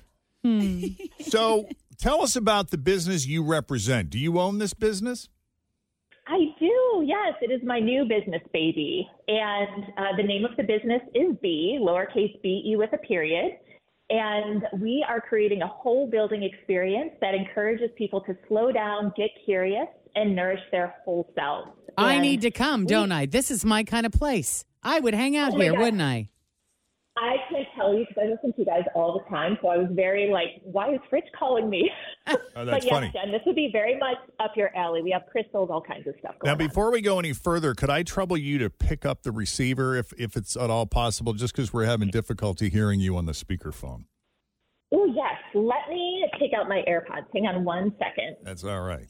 Speaker 2: so tell us about the business you represent. Do you own this business?
Speaker 14: I do, yes. It is my new business baby. And uh, the name of the business is B, lowercase b e with a period. And we are creating a whole building experience that encourages people to slow down, get curious, and nourish their whole selves.
Speaker 3: I
Speaker 14: And
Speaker 3: need to come, don't I? This is my kind of place. I would hang out
Speaker 14: Oh my
Speaker 3: here,
Speaker 14: God.
Speaker 3: wouldn't
Speaker 14: (laughs)
Speaker 3: I?
Speaker 14: I can tell you because I listen to you guys all the time. So I was very like, why is Fritz calling
Speaker 2: (laughs)
Speaker 14: me? but
Speaker 2: Oh, that's
Speaker 14: yes,
Speaker 2: funny.
Speaker 14: Jen, this would be very much up your alley. We have crystals, all kinds of stuff going
Speaker 2: Now, before we go any further, could I trouble you to pick up the receiver if, if it's at all possible, just because we're having difficulty hearing you on the speakerphone?
Speaker 14: Oh, yes. Let me take out my AirPods. Hang on one second.
Speaker 2: That's all right.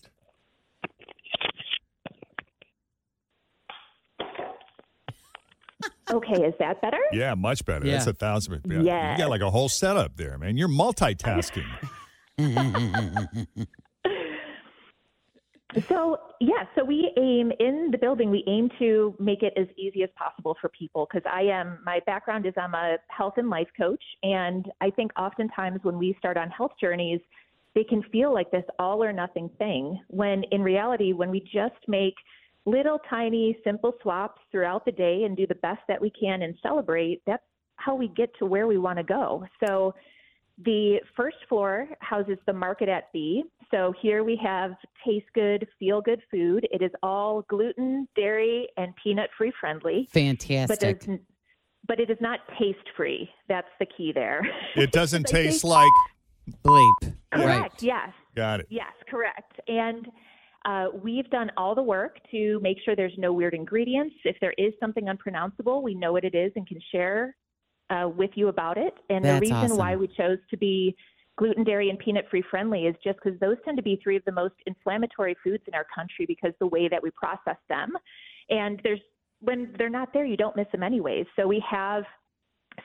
Speaker 14: Okay, is that better?
Speaker 2: Yeah, much better.
Speaker 14: Yeah.
Speaker 2: That's a thousand. Yeah. You
Speaker 14: Yes.
Speaker 2: got like a whole setup there, man. You're multitasking.
Speaker 14: So, yeah, so we aim in the building, we aim to make it as easy as possible for people because I am, my background is I'm a health and life coach. And I think oftentimes when we start on health journeys, they can feel like this all or nothing thing. When in reality, when we just make little tiny simple swaps throughout the day and do the best that we can and celebrate, that's how we get to where we want to go. So, The first floor houses the market at B. So here we have taste good, feel good food. It is all gluten, dairy, and peanut free friendly.
Speaker 3: (laughs)
Speaker 14: But,
Speaker 3: Fantastic.
Speaker 14: there's n- but it is not taste free. That's the key there.
Speaker 2: It doesn't
Speaker 14: Because I
Speaker 2: taste
Speaker 14: think-
Speaker 2: like.
Speaker 3: Bleep.
Speaker 14: Correct. Yes.
Speaker 2: Got it.
Speaker 14: Yes, correct. And uh, we've done all the work to make sure there's no weird ingredients. If there is something unpronounceable, we know what it is and can share uh, with you about it. And
Speaker 3: That's
Speaker 14: the reason
Speaker 3: awesome.
Speaker 14: why we chose to be gluten, dairy, and peanut free friendly is just because those tend to be three of the most inflammatory foods in our country because the way that we process them. And there's when they're not there, you don't miss them anyways. So we have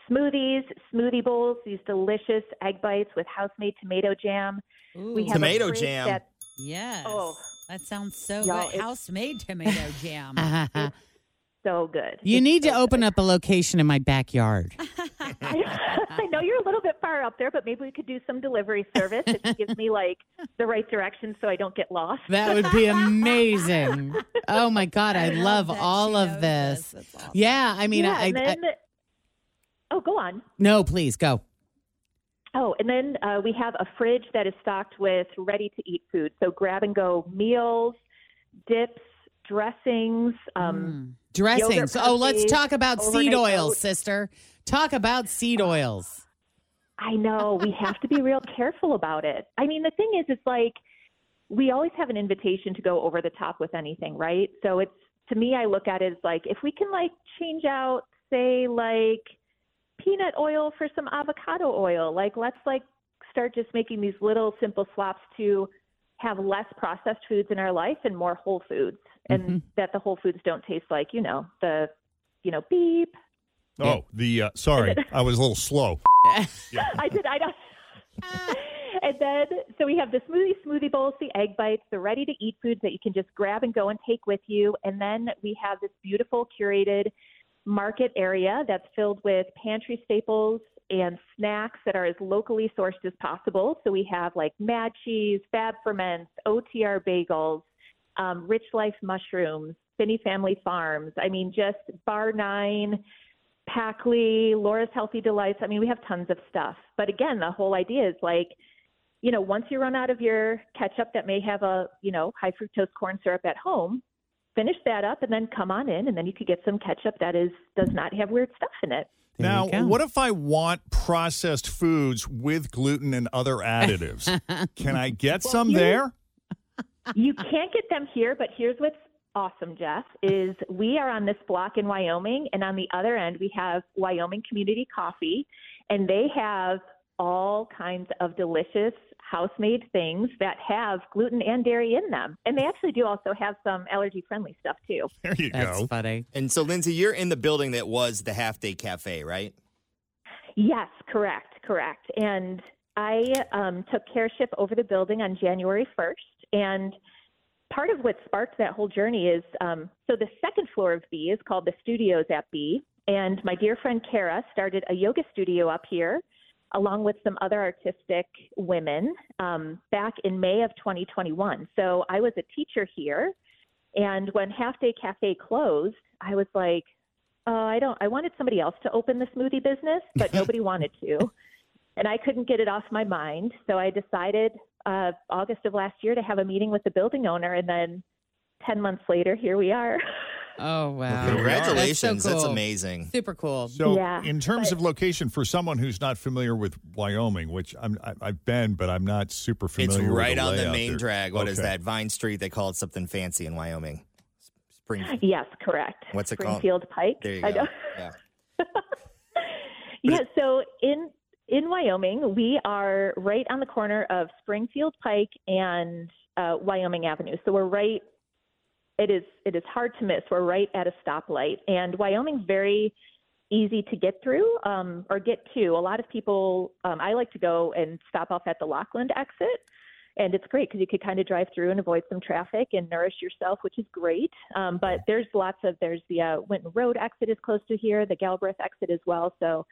Speaker 14: smoothies, smoothie bowls, these delicious egg bites with house made tomato jam. We have a
Speaker 5: Tomato
Speaker 14: drink
Speaker 3: (laughs)
Speaker 5: jam.
Speaker 14: that-
Speaker 6: Yes.
Speaker 14: Oh.
Speaker 6: That sounds so
Speaker 14: Y'all,
Speaker 6: good.
Speaker 14: it's-
Speaker 6: House made tomato jam.
Speaker 14: (laughs) so good.
Speaker 3: (laughs) you need to open up a location in my backyard.
Speaker 14: I (laughs) know you're a little bit far up there, but maybe we could do some delivery service if you give me like the right direction so I don't get lost.
Speaker 3: That would be
Speaker 14: (laughs)
Speaker 3: amazing. Oh my God, I, love, all of this. Yeah, I mean,
Speaker 14: Yeah,
Speaker 3: I,
Speaker 14: and
Speaker 3: I,
Speaker 14: then- oh, go on.
Speaker 3: no, please go.
Speaker 14: Oh, and then uh, we have a fridge that is stocked with ready to eat food. So grab and go meals, dips, dressings. Um, yogurt
Speaker 3: Dressings. Oh, let's
Speaker 14: puppies,
Speaker 3: talk about seed
Speaker 14: overnight
Speaker 3: oils,
Speaker 14: oats.
Speaker 3: sister. Talk about seed oils.
Speaker 14: I know we have to be real careful about it. I mean, the thing is, it's like we always have an invitation to go over the top with anything, right? So it's to me, I look at it as like if we can like change out, say like peanut oil for some avocado oil, like let's like start just making these little simple swaps to have less processed foods in our life and more whole foods, and that the whole foods don't taste like you know the you know beep.
Speaker 2: Oh, the uh,
Speaker 14: (laughs)
Speaker 2: sorry, I was a little slow.
Speaker 14: I did. I don't. and then, so we have the smoothie, smoothie bowls, the egg bites, the ready to eat foods that you can just grab and go and take with you. And then we have this beautiful curated market area that's filled with pantry staples and snacks that are as locally sourced as possible. So we have like Mad Cheese, Fab Ferments, OTR Bagels, um, Rich Life Mushrooms, Finney Family Farms. I mean, just Bar Nine, Packley, Laura's Healthy Delights. I mean, we have tons of stuff. But again, the whole idea is like, you know, once you run out of your ketchup that may have a, you know, high fructose corn syrup at home, finish that up and then come on in and then you could get some ketchup that is does not have weird stuff in it.
Speaker 2: Now, what if I want processed foods with gluten and
Speaker 5: (laughs)
Speaker 2: other additives? Can I get some
Speaker 14: you-
Speaker 2: there?
Speaker 14: you can't get them here, but here's what's awesome, Jeff, is we are on this block in Wyoming and on the other end we have Wyoming Community Coffee and they have all kinds of delicious house-made things that have gluten and dairy in them. And they actually do also have some allergy-friendly stuff too.
Speaker 2: There you
Speaker 5: That's
Speaker 2: go.
Speaker 3: funny.
Speaker 5: And so, Lindsay, you're in the building that was the half day cafe, right?
Speaker 14: Yes, correct, correct. And I um, took careship over the building on January 1st. And part of what sparked that whole journey is um, so the second floor of B is called the Studios at B. And my dear friend Kara started a yoga studio up here along with some other artistic women um, back in May of 2021. So I was a teacher here. And when Half Day Cafe closed, I was like, oh, I don't, I wanted somebody else to open the smoothie business, but nobody wanted to. And I couldn't get it off my mind. So I decided uh, August of last year to have a meeting with the building owner. And then 10 months later, here we are. (laughs)
Speaker 3: Oh, wow.
Speaker 5: Congratulations. That's amazing.
Speaker 3: Super cool.
Speaker 2: So, in terms of location, for someone who's not familiar with Wyoming, which I'm, I, I've been, but I'm not super
Speaker 5: It's
Speaker 2: familiar. with
Speaker 5: right on the
Speaker 2: layout
Speaker 5: main
Speaker 2: there.
Speaker 5: drag. What is
Speaker 2: Okay.
Speaker 5: that? Vine Street. They call it something fancy in Wyoming. Spring.
Speaker 14: yes, correct.
Speaker 5: What's it called?
Speaker 14: Springfield Pike.
Speaker 5: There you
Speaker 14: I
Speaker 5: go.
Speaker 14: know. (laughs) Yeah, so in in Wyoming, we are right on the corner of Springfield Pike and uh, Wyoming Avenue. So we're right. It is it is hard to miss. We're right at a stoplight, and Wyoming's very easy to get through um, or get to. A lot of people. Um, I like to go and stop off at the Lockland exit. And it's great because you could kind of drive through and avoid some traffic and nourish yourself, which is great. Um, but there's lots of there's the uh, Winton Road exit is close to here, the Galbraith exit as well. So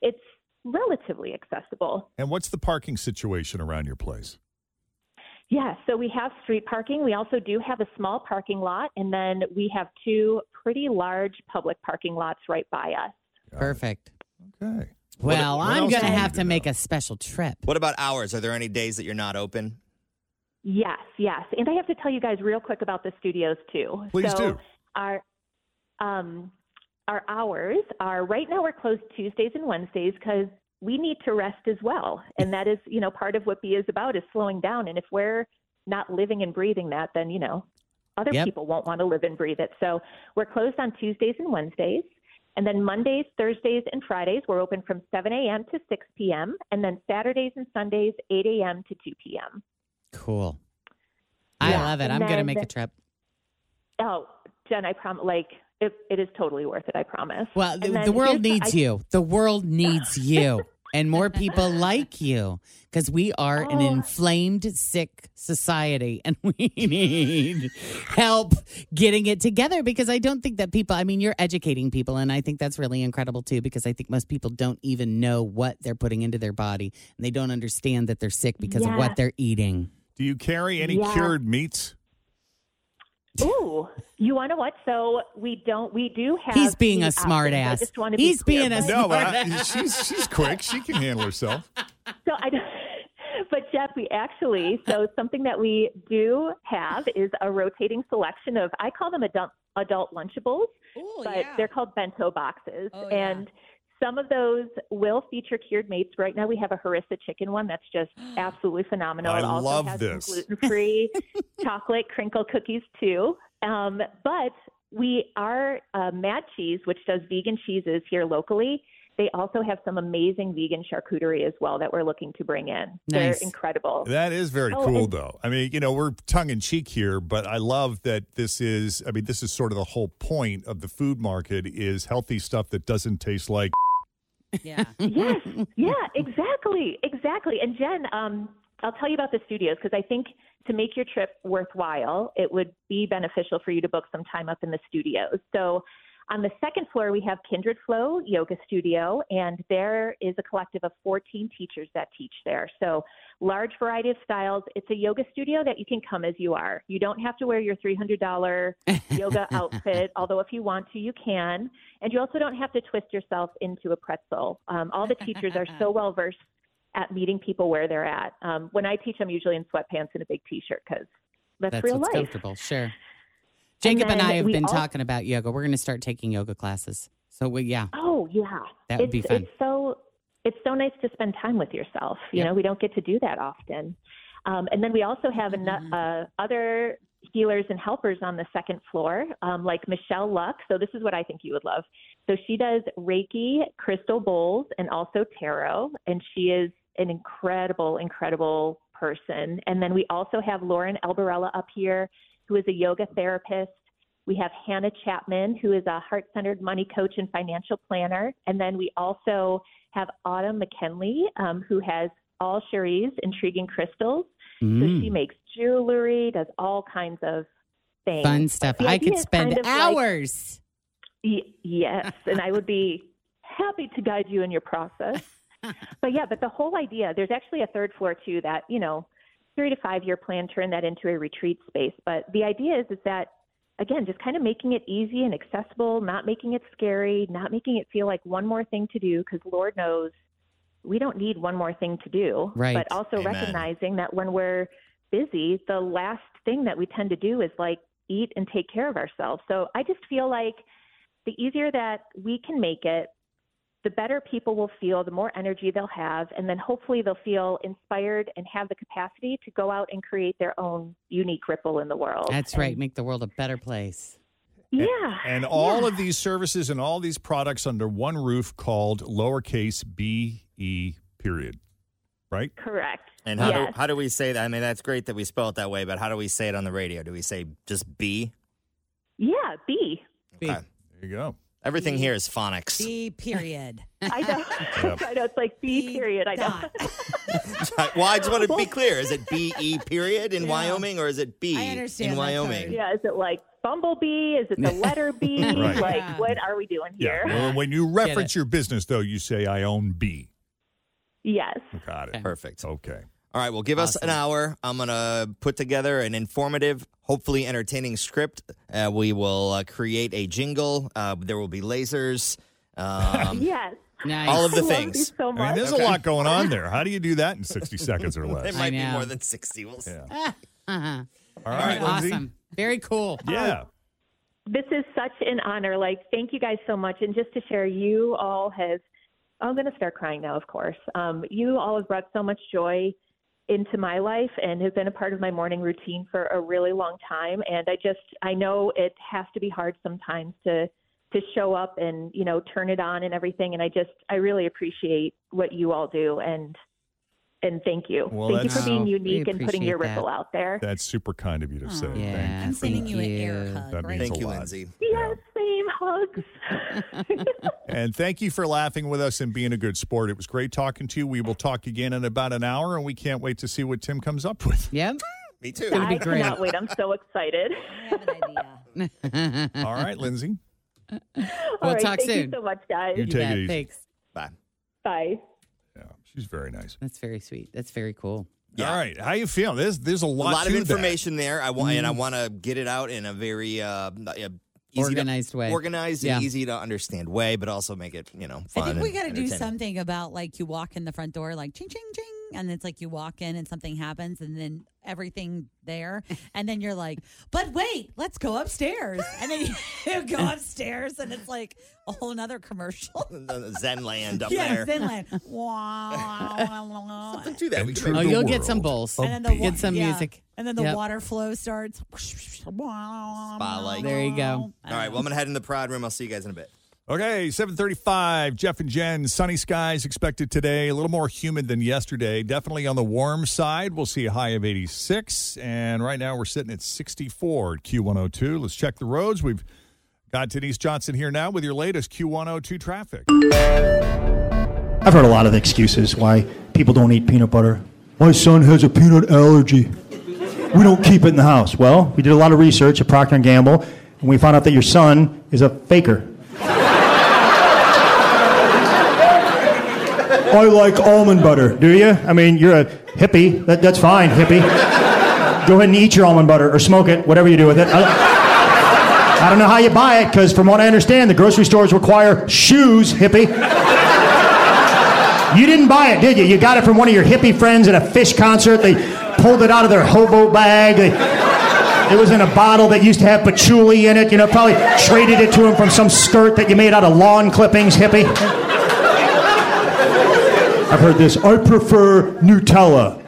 Speaker 14: it's relatively accessible.
Speaker 2: And what's the parking situation around your place?
Speaker 14: Yeah, so we have street parking. We also do have a small parking lot, and then we have two pretty large public parking lots right by us.
Speaker 3: Perfect.
Speaker 2: Okay.
Speaker 3: Well,
Speaker 5: What- what
Speaker 3: I'm
Speaker 5: else
Speaker 3: going to
Speaker 5: do we
Speaker 3: have
Speaker 5: need
Speaker 3: to make a special trip.
Speaker 5: What about hours? Are there any days that you're not open?
Speaker 14: Yes, yes. And I have to tell you guys real quick about the studios too.
Speaker 5: Please
Speaker 14: so
Speaker 5: do.
Speaker 14: Our um our hours are right now we're closed Tuesdays and Wednesdays because we need to rest as well. And that is, you know, part of what B is about is slowing down. And if we're not living and breathing that, then, you know, other
Speaker 10: Yep.
Speaker 14: people won't want to live and breathe it. So we're closed on Tuesdays and Wednesdays. And then Mondays, Thursdays, and Fridays, we're open from 7 a.m. to 6 p.m. And then Saturdays and Sundays, 8 a.m. to 2 p.m.
Speaker 3: Cool. I
Speaker 14: Yeah,
Speaker 3: love it.
Speaker 14: and
Speaker 3: I'm going to
Speaker 14: then-
Speaker 3: make a trip.
Speaker 14: Oh, Jen, I promise. Like it, it is totally worth it. I promise.
Speaker 3: Well,
Speaker 14: And
Speaker 3: the,
Speaker 14: then
Speaker 3: the world
Speaker 14: here's-
Speaker 3: needs
Speaker 14: I-
Speaker 3: you. The world
Speaker 14: (laughs)
Speaker 3: needs you. and more people like you because we are an
Speaker 14: Oh.
Speaker 3: inflamed, sick society and (laughs) we need help getting it together because I don't think that people, I mean, you're educating people. And I think that's really incredible too because I think most people don't even know what they're putting into their body and they don't understand that they're sick because of
Speaker 14: Yeah.
Speaker 3: what they're eating.
Speaker 2: Do you carry any
Speaker 14: Yeah.
Speaker 2: cured meats?
Speaker 14: (laughs) Ooh, you want to what? So we don't. We do have.
Speaker 3: He's being
Speaker 14: the
Speaker 3: a smart
Speaker 14: options. I
Speaker 3: ass.
Speaker 14: just want to
Speaker 3: He's
Speaker 14: be clear,
Speaker 3: being a
Speaker 14: but-
Speaker 3: smart
Speaker 2: No, I, (laughs) she's she's quick. She can handle herself.
Speaker 14: (laughs) So I don't. (laughs) But Jeff, we actually so something that we do have is a rotating selection of I call them adult adult lunchables, but they're called bento boxes,
Speaker 6: Oh, yeah.
Speaker 14: and some of those will feature cured meats. Right now, we have a harissa chicken one that's
Speaker 3: (gasps)
Speaker 14: just absolutely phenomenal.
Speaker 2: I
Speaker 14: it also
Speaker 2: love
Speaker 14: has
Speaker 2: this.
Speaker 14: gluten free chocolate crinkle cookies too. Um, but we are uh, Mad Cheese, which does vegan cheeses here locally. They also have some amazing vegan charcuterie as well that we're looking to bring in. They're
Speaker 2: Nice.
Speaker 14: incredible.
Speaker 2: (laughs) That is very
Speaker 14: Oh,
Speaker 2: cool,
Speaker 14: and-
Speaker 2: though. I mean, you know, we're tongue in cheek here, but I love that this is. I mean, this is sort of the whole point of the food market is healthy stuff that doesn't taste like.
Speaker 6: Yeah.
Speaker 14: yes. Yeah, exactly. Exactly. And Jen, um, I'll tell you about the studios because I think to make your trip worthwhile, it would be beneficial for you to book some time up in the studios. So On the second floor, we have Kindred Flow Yoga Studio, and there is a collective of 14 teachers that teach there. So, large variety of styles. It's a yoga studio that you can come as you are. You don't have to wear your $300 yoga outfit, although if you want to, you can. And you also don't have to twist yourself into a pretzel. Um, all the teachers are so well versed at meeting people where they're at. Um, when I teach, I'm usually in sweatpants and a big T-shirt because that's,
Speaker 3: That's
Speaker 14: real
Speaker 3: what's
Speaker 14: life.
Speaker 3: comfortable. Sure. Jacob and,
Speaker 14: then
Speaker 3: I have
Speaker 14: we
Speaker 3: been
Speaker 14: al-
Speaker 3: talking about yoga. We're going to start taking yoga classes. So, we, yeah.
Speaker 14: Oh yeah,
Speaker 3: That would be
Speaker 14: it's,
Speaker 3: fun.
Speaker 14: It's so it's so nice to spend time with yourself. You know, we don't get to do that often. Um, and then we also have ano-
Speaker 3: Mm-hmm.
Speaker 14: uh, other healers and helpers on the second floor, um, like Michelle Luck. So this is what I think you would love. So she does Reiki, crystal bowls, and also tarot, and she is an incredible, incredible person. And then we also have Lauren Elbarella up here, who is a yoga therapist. We have Hannah Chapman, who is a heart centered money coach and financial planner. And then we also have Autumn McKinley, um, who has all Cherie's intriguing crystals.
Speaker 3: Mm.
Speaker 14: So she makes jewelry, does all kinds of things.
Speaker 3: Fun stuff.
Speaker 14: The
Speaker 3: I
Speaker 14: idea
Speaker 3: could
Speaker 14: is
Speaker 3: spend
Speaker 14: kind of like-
Speaker 3: hours.
Speaker 14: Y- yes, and I would be happy to guide you in your
Speaker 10: (laughs)
Speaker 14: process. but yeah, but the whole idea, there's actually a third floor too that, you know, three to five year plan, turn that into a retreat space. But the idea is, is that, again, just kind of making it easy and accessible, not making it scary, not making it feel like one more thing to do, because Lord knows we don't need one more thing to do.
Speaker 10: Right.
Speaker 14: But also
Speaker 10: Amen.
Speaker 14: recognizing that when we're busy, the last thing that we tend to do is like eat and take care of ourselves. So I just feel like the easier that we can make it, the better people will feel, the more energy they'll have, and then hopefully they'll feel inspired and have the capacity to go out and create their own unique ripple in the world.
Speaker 3: That's right. Make the world a better place.
Speaker 14: Yeah.
Speaker 2: And all of these services and all these products under one roof called lowercase b e period. Right?
Speaker 14: Correct.
Speaker 5: And how,
Speaker 14: Yes.
Speaker 5: do, how do we say that? I mean, that's great that we spell it that way, but how do we say it on the radio? Do we say just B?
Speaker 14: Yeah, B.
Speaker 5: B.
Speaker 2: There you go.
Speaker 5: Everything here is phonics.
Speaker 6: B period.
Speaker 14: I know.
Speaker 5: Yep.
Speaker 14: I know it's like B, period. I know.
Speaker 5: (laughs) well, I just want to be clear. Is it B E period in Wyoming or is it B in Wyoming?
Speaker 14: (laughs) Yeah, is it like bumblebee? Is
Speaker 2: (laughs)
Speaker 14: it the letter B?
Speaker 2: Right.
Speaker 14: Like, what are we doing
Speaker 2: Yeah.
Speaker 14: here?
Speaker 2: Well, when you reference your business, though, you say, I own B.
Speaker 14: Yes.
Speaker 2: Got it.
Speaker 5: Perfect.
Speaker 2: Okay.
Speaker 5: All right. Well, give us an hour. I'm going to put together an informative, hopefully entertaining script. Uh, we will uh, create a jingle. Uh, there will be lasers.
Speaker 6: (laughs)
Speaker 5: Um,
Speaker 14: yes.
Speaker 5: All of the things.
Speaker 2: I mean, there's a lot going on there. How do you do that in
Speaker 5: (laughs)
Speaker 2: 60 seconds or less?
Speaker 5: It might be more than 60. We'll see.
Speaker 3: Uh-huh.
Speaker 2: All right, Lindsay.
Speaker 3: Awesome. Very cool.
Speaker 2: Yeah.
Speaker 14: This is such an honor. Like, thank you guys so much. And just to share, you all have, I'm going to start crying now, of course. Um, you all have brought so much joy into my life and have been a part of my morning routine for a really long time. And I just, I know it has to be hard sometimes to, to show up and, you know, turn it on and everything. And I just, I really appreciate what you all do. And, and thank you.
Speaker 2: Well,
Speaker 14: thank you
Speaker 2: that's-
Speaker 14: for being
Speaker 2: No, we
Speaker 14: unique and putting your
Speaker 2: appreciate
Speaker 14: ripple
Speaker 2: that.
Speaker 14: out there.
Speaker 2: That's super kind of you to say.
Speaker 14: Aw.
Speaker 2: Thank
Speaker 14: Yeah,
Speaker 2: you
Speaker 14: I'm
Speaker 2: for
Speaker 14: sending
Speaker 2: that.
Speaker 14: you an air hug
Speaker 2: That means
Speaker 5: Thank
Speaker 2: a
Speaker 5: you,
Speaker 2: lot.
Speaker 5: Lindsay.
Speaker 14: Yes, same Oh, hugs.
Speaker 2: And thank you for laughing with us and being a good sport. It was great talking to you. We will talk again in about an hour, and we can't wait to see what Tim comes up with.
Speaker 3: Yep.
Speaker 2: (laughs)
Speaker 5: Me too.
Speaker 3: It'll be
Speaker 14: I
Speaker 2: great.
Speaker 14: cannot wait. I'm so
Speaker 3: (laughs)
Speaker 14: excited.
Speaker 2: (laughs) All right, Lindsay.
Speaker 14: All
Speaker 3: We'll
Speaker 14: right,
Speaker 3: talk
Speaker 14: thank
Speaker 3: soon.
Speaker 14: you so much, guys.
Speaker 2: You You take it bet. easy.
Speaker 3: Thanks.
Speaker 5: Bye.
Speaker 14: Bye.
Speaker 2: She's very nice.
Speaker 3: That's very sweet. That's very cool.
Speaker 2: All right, how you feeling? There's there's a
Speaker 5: A
Speaker 2: lot,
Speaker 5: lot of
Speaker 2: to that.
Speaker 5: information there. I want, and I
Speaker 2: Mm.
Speaker 5: want to get it out in a very uh, easy to-
Speaker 3: Organized way.
Speaker 5: organized
Speaker 3: Yeah.
Speaker 5: and easy to understand way, but also make it you know fun.
Speaker 6: I think we
Speaker 5: and
Speaker 6: got to do
Speaker 5: entertaining.
Speaker 6: something about like you walk in the front door, like ching, ching, ching. And it's like you walk in and something happens and then everything
Speaker 3: (laughs)
Speaker 6: there. And then you're like, but wait, let's go upstairs. And then (laughs) you go upstairs and it's like a whole nother
Speaker 5: (laughs)
Speaker 6: commercial.
Speaker 5: Zen land
Speaker 6: (laughs)
Speaker 5: up
Speaker 6: yeah,
Speaker 3: (laughs)
Speaker 5: there.
Speaker 6: Zenland. Wow.
Speaker 5: Something to that. We
Speaker 3: Enter the Oh, you'll get some world bowls. of
Speaker 6: And then the
Speaker 3: beer. Get some
Speaker 6: yeah.
Speaker 3: music.
Speaker 6: And then the
Speaker 3: Yep.
Speaker 6: water flow starts.
Speaker 5: spotlight.
Speaker 3: There you go.
Speaker 5: All right. Well, I'm gonna head in the prod room. I'll see you guys in
Speaker 3: (laughs)
Speaker 5: a bit.
Speaker 2: Okay, 735, Jeff and Jen, sunny skies expected today, a little more humid than yesterday, definitely on the warm side. We'll see a high of 86, and right now we're sitting at 64 at Q102. Let's check the roads. We've got Denise Johnson here now with your latest Q102 traffic.
Speaker 15: I've heard a lot of excuses why people don't eat peanut butter. My son has a peanut allergy. We don't keep it in the house. Well, we did a lot of research at Procter and Gamble, and we found out that your son is a faker. I like almond butter. Do you? I mean, you're a hippie. That, that's fine, hippie. Go ahead and eat your almond butter or smoke it, whatever you do with it. I, I don't know how you buy it, because from what I understand, the grocery stores require shoes, hippie. You didn't buy it, did you? You got it from one of your hippie friends at a fish concert. They pulled it out of their hobo bag. They, it was in a bottle that used to have patchouli in it. You know, probably traded it to him from some skirt that you made out of lawn clippings, hippie. I've heard this. I prefer Nutella.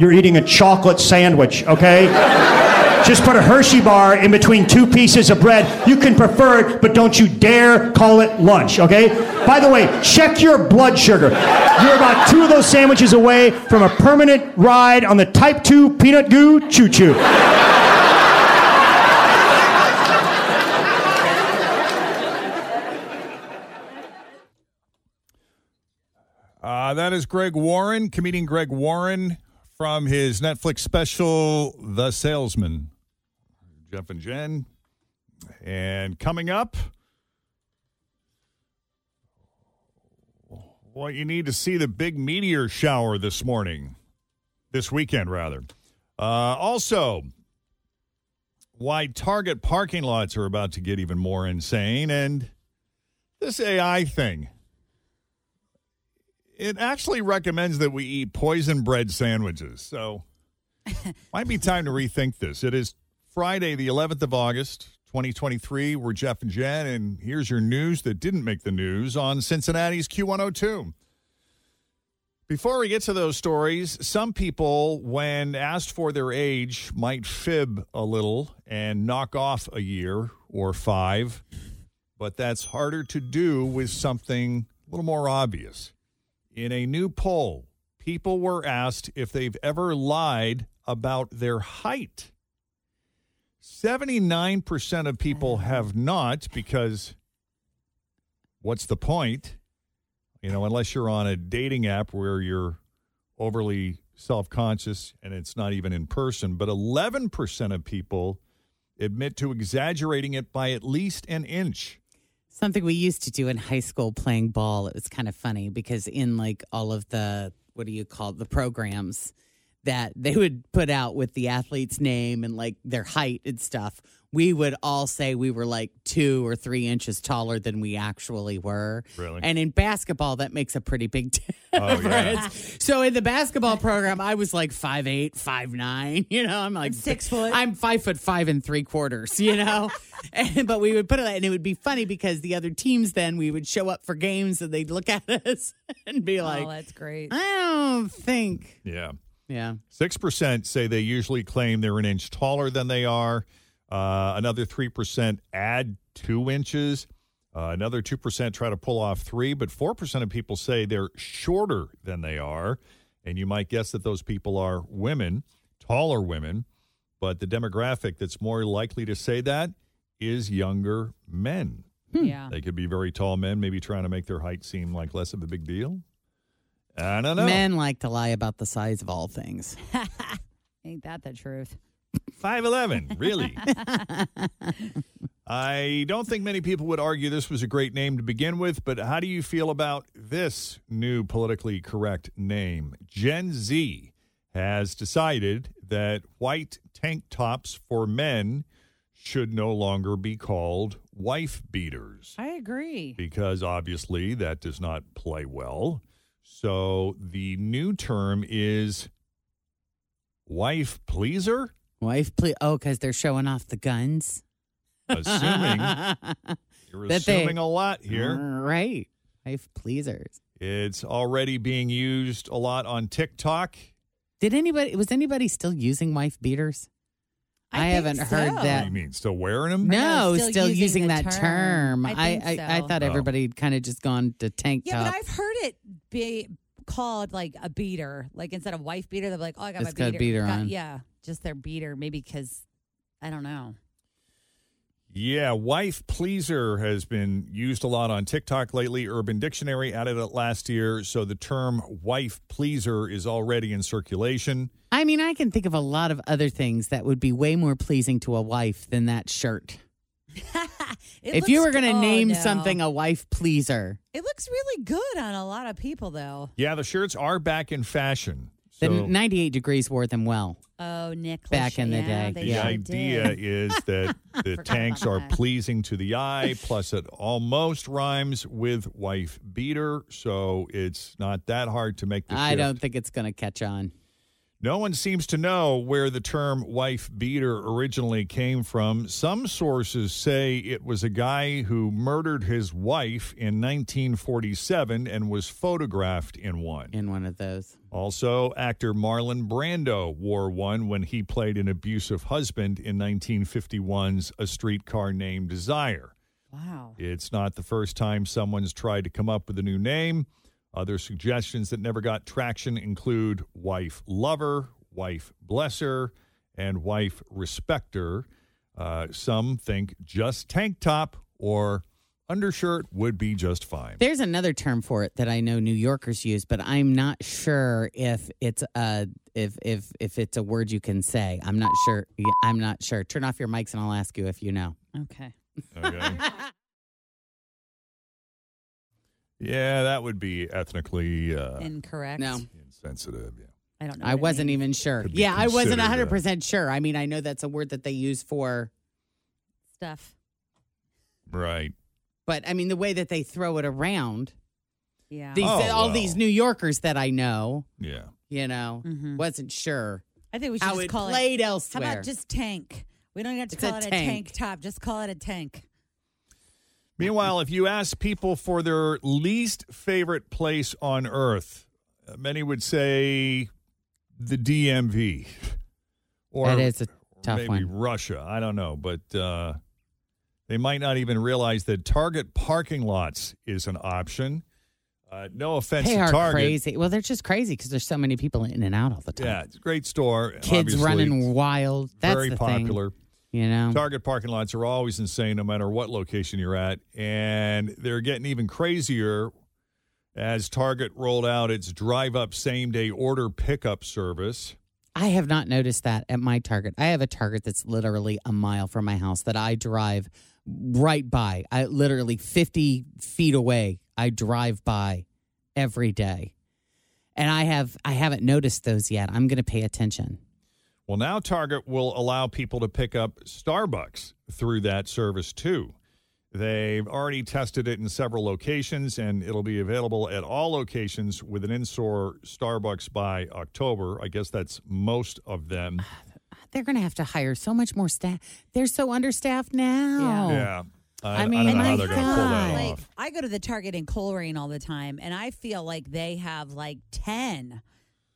Speaker 15: You're eating a chocolate sandwich, okay? (laughs) Just put a Hershey bar in between two pieces of bread. You can prefer it, but don't you dare call it lunch, okay? By the way, check your blood sugar. You're about two of those sandwiches away from a permanent ride on the Type 2 peanut goo choo choo.
Speaker 2: Uh, that is Greg Warren, comedian Greg Warren from his Netflix special, The Salesman. Jeff and Jen. And coming up, what you need to see the big meteor shower this morning, this weekend, rather. Uh, also, why Target parking lots are about to get even more insane, and this AI thing it actually recommends that we eat poison bread sandwiches. So might be time to rethink this. It is Friday, the 11th of August, 2023. We're Jeff and Jen, and here's your news that didn't make the news on Cincinnati's Q102. Before we get to those stories, some people, when asked for their age, might fib a little and knock off a year or five, but that's harder to do with something a little more obvious in a new poll, people were asked if they've ever lied about their height. 79% of people have not because what's the point? You know, unless you're on a dating app where you're overly self conscious and it's not even in person. But 11% of people admit to exaggerating it by at least an inch.
Speaker 3: Something we used to do in high school playing ball. It was kind of funny because in like all of the what do you call it, the programs that they would put out with the athlete's name and like their height and stuff, we would all say we were like two or three inches taller than we actually were.
Speaker 10: Really?
Speaker 3: And in basketball, that makes a pretty big (laughs) difference.
Speaker 10: Oh, yeah.
Speaker 3: So in the basketball program, I was like five eight, five nine. You know, I'm like six foot. I'm five foot five and three quarters. You know, and, but we would put it, and it would be funny because the other teams then we would show up for games and they'd look at (laughs) us and be like,
Speaker 6: oh, that's great.
Speaker 3: I don't think.
Speaker 2: Yeah.
Speaker 3: Yeah.
Speaker 2: 6% say they usually claim they're an inch taller than they are. Uh, another 3% add two inches. Uh, another 2% try to pull off three, but 4% of people say they're shorter than they are. And you might guess that those people are women, taller women. But the demographic that's more likely to say that is younger men.
Speaker 6: Yeah.
Speaker 2: They could be very tall men, maybe trying to make their height seem like less of a big deal. I don't know.
Speaker 3: Men like to lie about the size of all
Speaker 6: (laughs)
Speaker 3: things.
Speaker 6: Ain't that the truth?
Speaker 2: 5'11, really? I don't think many people would argue this was a great name to begin with, but how do you feel about this new politically correct name? Gen Z has decided that white tank tops for men should no longer be called wife beaters
Speaker 6: I agree.
Speaker 2: because obviously that does not play well. So the new term is wife pleaser.
Speaker 3: Wife, please. Oh, because they're showing off the guns. (laughs)
Speaker 2: Assuming you're
Speaker 3: That they-
Speaker 2: assuming a lot here.
Speaker 3: Right. Wife pleasers.
Speaker 2: It's already being used a lot on TikTok.
Speaker 3: Did anybody, was anybody still using wife beaters? I, haven't heard
Speaker 2: What do
Speaker 3: that.
Speaker 2: you mean? Still wearing them?
Speaker 3: No,
Speaker 6: No,
Speaker 3: still,
Speaker 6: still
Speaker 3: using,
Speaker 6: using the
Speaker 3: that term.
Speaker 6: term.
Speaker 3: I
Speaker 6: I
Speaker 3: I,
Speaker 6: think
Speaker 3: I,
Speaker 6: so.
Speaker 3: thought
Speaker 2: Oh.
Speaker 3: everybody had kind of just gone to tank
Speaker 6: Yeah,
Speaker 3: top.
Speaker 6: but I've heard it be called like a beater. Like instead of wife beater, they're like, oh, I got
Speaker 3: It's
Speaker 6: my
Speaker 3: got a
Speaker 6: beater.
Speaker 3: beater
Speaker 6: Got-
Speaker 3: on.
Speaker 6: Yeah, just their beater. Maybe because I don't know.
Speaker 2: Yeah, wife pleaser has been used a lot on TikTok lately. Urban Dictionary added it last year. So the term wife pleaser is already in circulation.
Speaker 3: I mean, I can think of a lot of other things that would be way more pleasing to a wife than that shirt.
Speaker 6: It
Speaker 3: if you were
Speaker 6: looks-
Speaker 3: going to
Speaker 6: oh,
Speaker 3: name
Speaker 6: no.
Speaker 3: something a wife pleaser,
Speaker 6: It looks really good on a lot of people, though.
Speaker 2: Yeah, the shirts are back in fashion.
Speaker 3: the
Speaker 2: So-
Speaker 3: 98 degrees wore them well.
Speaker 6: Oh, Nick.
Speaker 3: Back in the
Speaker 6: yeah,
Speaker 3: day.
Speaker 6: they
Speaker 2: The
Speaker 3: sure
Speaker 2: idea
Speaker 6: did.
Speaker 2: is
Speaker 6: (laughs)
Speaker 2: that the tanks are pleasing to the eye, plus it almost rhymes with wife beater, so it's not that hard to make the
Speaker 3: I
Speaker 2: shift.
Speaker 3: don't think it's going to catch on.
Speaker 2: No one seems to know where the term wife beater originally came from. Some sources say it was a guy who murdered his wife in 1947 and was photographed in one.
Speaker 3: In one of those.
Speaker 2: Also, actor Marlon Brando wore one when he played an abusive husband in 1951's A Streetcar Named Desire.
Speaker 6: Wow.
Speaker 2: It's not the first time someone's tried to come up with a new name. Other suggestions that never got traction include wife lover, wife blesser, and wife respecter. Uh, some think just tank top or undershirt would be just fine.
Speaker 3: There's another term for it that I know New Yorkers use, but I'm not sure if it's a if if if it's a word you can say. I'm not sure. Yeah, I'm not sure. Turn off your mics and I'll ask you if you know.
Speaker 6: Okay.
Speaker 3: (laughs)
Speaker 2: Okay. yeah, that would be ethnically uh,
Speaker 6: Incorrect.
Speaker 3: No,
Speaker 2: insensitive. Yeah.
Speaker 6: I don't know.
Speaker 3: I wasn't even sure.
Speaker 2: Could be
Speaker 3: Yeah, I wasn't
Speaker 2: considered a-
Speaker 3: 100 percent sure. I mean, I know that's a word that they use for,
Speaker 6: Stuff.
Speaker 2: Right.
Speaker 3: but I mean the way that they throw it around.
Speaker 6: (laughs) Yeah.
Speaker 3: These
Speaker 2: Oh,
Speaker 3: all
Speaker 2: well.
Speaker 3: these New Yorkers that I know,
Speaker 2: Yeah.
Speaker 3: you know, wasn't sure.
Speaker 6: I think we should
Speaker 3: how
Speaker 6: just
Speaker 3: it
Speaker 6: call
Speaker 3: played
Speaker 6: it.
Speaker 3: elsewhere.
Speaker 6: How about just tank? We don't even have to
Speaker 3: It's a
Speaker 6: call it a
Speaker 3: tank.
Speaker 6: tank top. Just call it a tank.
Speaker 2: Meanwhile, if you ask people for their least favorite place on earth, uh, many would say the DMV (laughs) or
Speaker 3: That is a tough
Speaker 2: maybe
Speaker 3: one.
Speaker 2: Russia. I don't know, but uh, they might not even realize that Target parking lots is an option. Uh, no offense
Speaker 3: They
Speaker 2: to
Speaker 3: are
Speaker 2: Target.
Speaker 3: crazy. Well, they're just crazy because there's so many people in and out all the time.
Speaker 2: Yeah, it's a great store.
Speaker 3: Kids
Speaker 2: obviously.
Speaker 3: running wild. That's
Speaker 2: very
Speaker 3: the thing,
Speaker 2: popular.
Speaker 3: you know.
Speaker 2: Target parking lots are always insane no matter what location you're at. And they're getting even crazier as Target rolled out its drive up same day order pickup service.
Speaker 3: I have not noticed that at my Target. I have a Target that's literally a mile from my house that I drive right by. I literally 50 feet away. I drive by every day. And I have I haven't noticed those yet. I'm going to pay attention.
Speaker 2: Well, now Target will allow people to pick up Starbucks through that service too. They've already tested it in several locations, and it'll be available at all locations with an in store Starbucks by October. I guess that's most of them.
Speaker 3: They're going to have to hire so much more staff. They're so understaffed now.
Speaker 2: Yeah. I,
Speaker 3: Oh. I
Speaker 2: I
Speaker 3: mean, oh
Speaker 2: don't know how
Speaker 3: my
Speaker 2: they're going to pull that
Speaker 3: God.
Speaker 2: off.
Speaker 6: I go to the Target in Coleraine all the time, and I feel like they have like 10,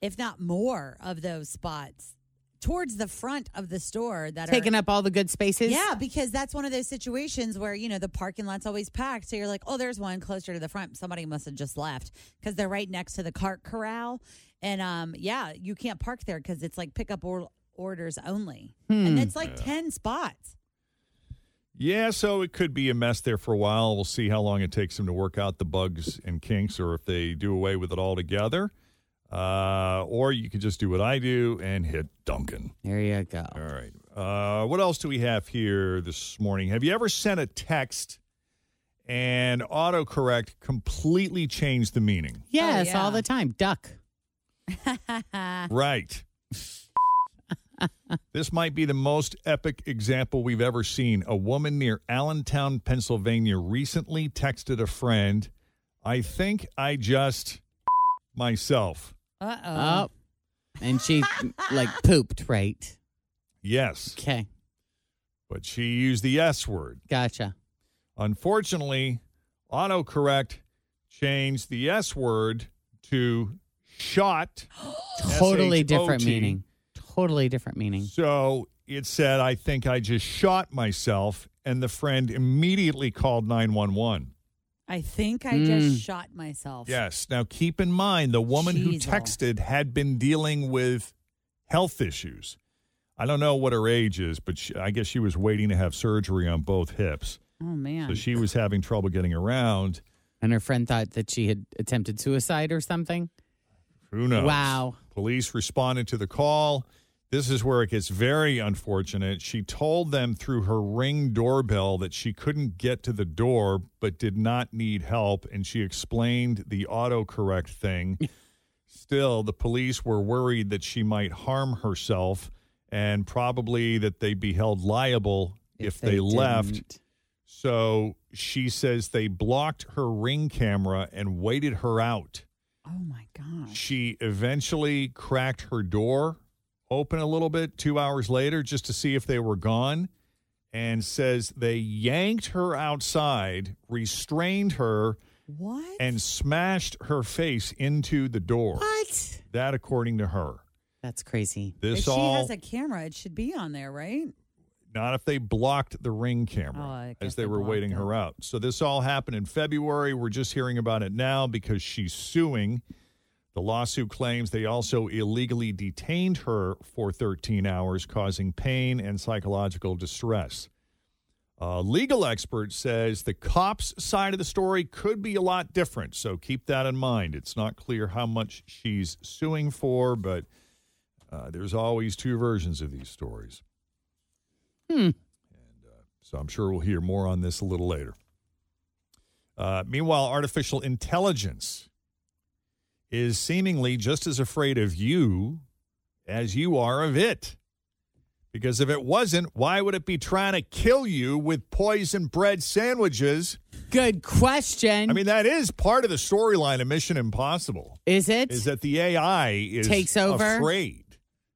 Speaker 6: if not more, of those spots towards the front of the store that
Speaker 3: Taking
Speaker 6: are
Speaker 3: up all the good spaces.
Speaker 6: Yeah, Oh, because that's one of those situations where, you know, the parking lot's always packed. So you're like, oh, there's one closer to the front. Somebody must have just left because they're right next to the cart corral. And um, yeah, you can't park there because it's like pickup or- orders only.
Speaker 3: Hmm.
Speaker 6: And it's like
Speaker 2: Yeah.
Speaker 6: 10 spots.
Speaker 2: Yeah, so it could be a mess there for a while. We'll see how long it takes them to work out the bugs and kinks or if they do away with it altogether. Uh, or you could just do what I do and hit Duncan.
Speaker 3: There you go.
Speaker 2: All right. Uh, what else do we have here this morning? Have you ever sent a text and autocorrect completely changed the meaning?
Speaker 3: Yes,
Speaker 6: yeah.
Speaker 3: all the time. Duck.
Speaker 2: Right. (laughs) this might be the most epic example we've ever seen. A woman near Allentown, Pennsylvania recently texted a friend, I think I just myself.
Speaker 6: Uh
Speaker 3: Oh. And she
Speaker 2: (laughs)
Speaker 3: like pooped, right?
Speaker 2: Yes,
Speaker 3: Okay.
Speaker 2: but she used the S word.
Speaker 3: Gotcha.
Speaker 2: Unfortunately, autocorrect changed the S word to shot.
Speaker 3: (gasps) Totally different
Speaker 2: S-H-O-T.
Speaker 3: meaning. Totally different meaning.
Speaker 2: So it said, I think I just shot myself. And the friend immediately called 911.
Speaker 6: I think I
Speaker 2: Mm.
Speaker 3: Hmm.
Speaker 6: just shot myself.
Speaker 2: Yes. Now keep in mind, the woman
Speaker 6: Jeez,
Speaker 2: who
Speaker 6: oh.
Speaker 2: texted had been dealing with health issues. I don't know what her age is, but she, I guess she was waiting to have surgery on both hips.
Speaker 6: Oh, man.
Speaker 2: So she was having trouble getting around.
Speaker 3: And her friend thought that she had attempted suicide or something.
Speaker 2: Who knows?
Speaker 3: Wow.
Speaker 2: Police responded to the call. This is where it gets very unfortunate. She told them through her ring doorbell that she couldn't get to the door but did not need help. And she explained the
Speaker 3: (laughs)
Speaker 2: autocorrect thing. Still, the police were worried that she might harm herself and probably that they'd be held liable if, they,
Speaker 3: they
Speaker 2: left. So she says they blocked her ring camera and waited her out.
Speaker 3: Oh my God.
Speaker 2: She eventually cracked her door open a little bit two hours later just to see if they were gone and says they yanked her outside, restrained her,
Speaker 6: What?
Speaker 2: and smashed her face into the door.
Speaker 6: What?
Speaker 2: That, according to her.
Speaker 3: That's crazy.
Speaker 2: This
Speaker 6: if she
Speaker 2: all
Speaker 6: has a camera, it should be on there, right?
Speaker 2: not if they blocked the ring camera
Speaker 6: Oh, I guess
Speaker 2: as they,
Speaker 6: they
Speaker 2: were waiting her out. So this all happened in February. We're just hearing about it now because she's suing. The lawsuit claims they also illegally detained her for 13 hours, causing pain and psychological distress. A legal expert says the cops' side of the story could be a lot different, so keep that in mind. It's not clear how much she's suing for, but uh, there's always two versions of these stories.
Speaker 3: Hmm.
Speaker 2: So I'm sure we'll hear more on this a little later. Uh, meanwhile, artificial intelligence is seemingly just as afraid of you as you are of it. Because if it wasn't, why would it be trying to kill you with poison bread sandwiches?
Speaker 3: Good question.
Speaker 2: I mean, that is part of the storyline of Mission Impossible.
Speaker 3: Is it?
Speaker 2: Is that the AI is
Speaker 3: Takes over?
Speaker 2: afraid?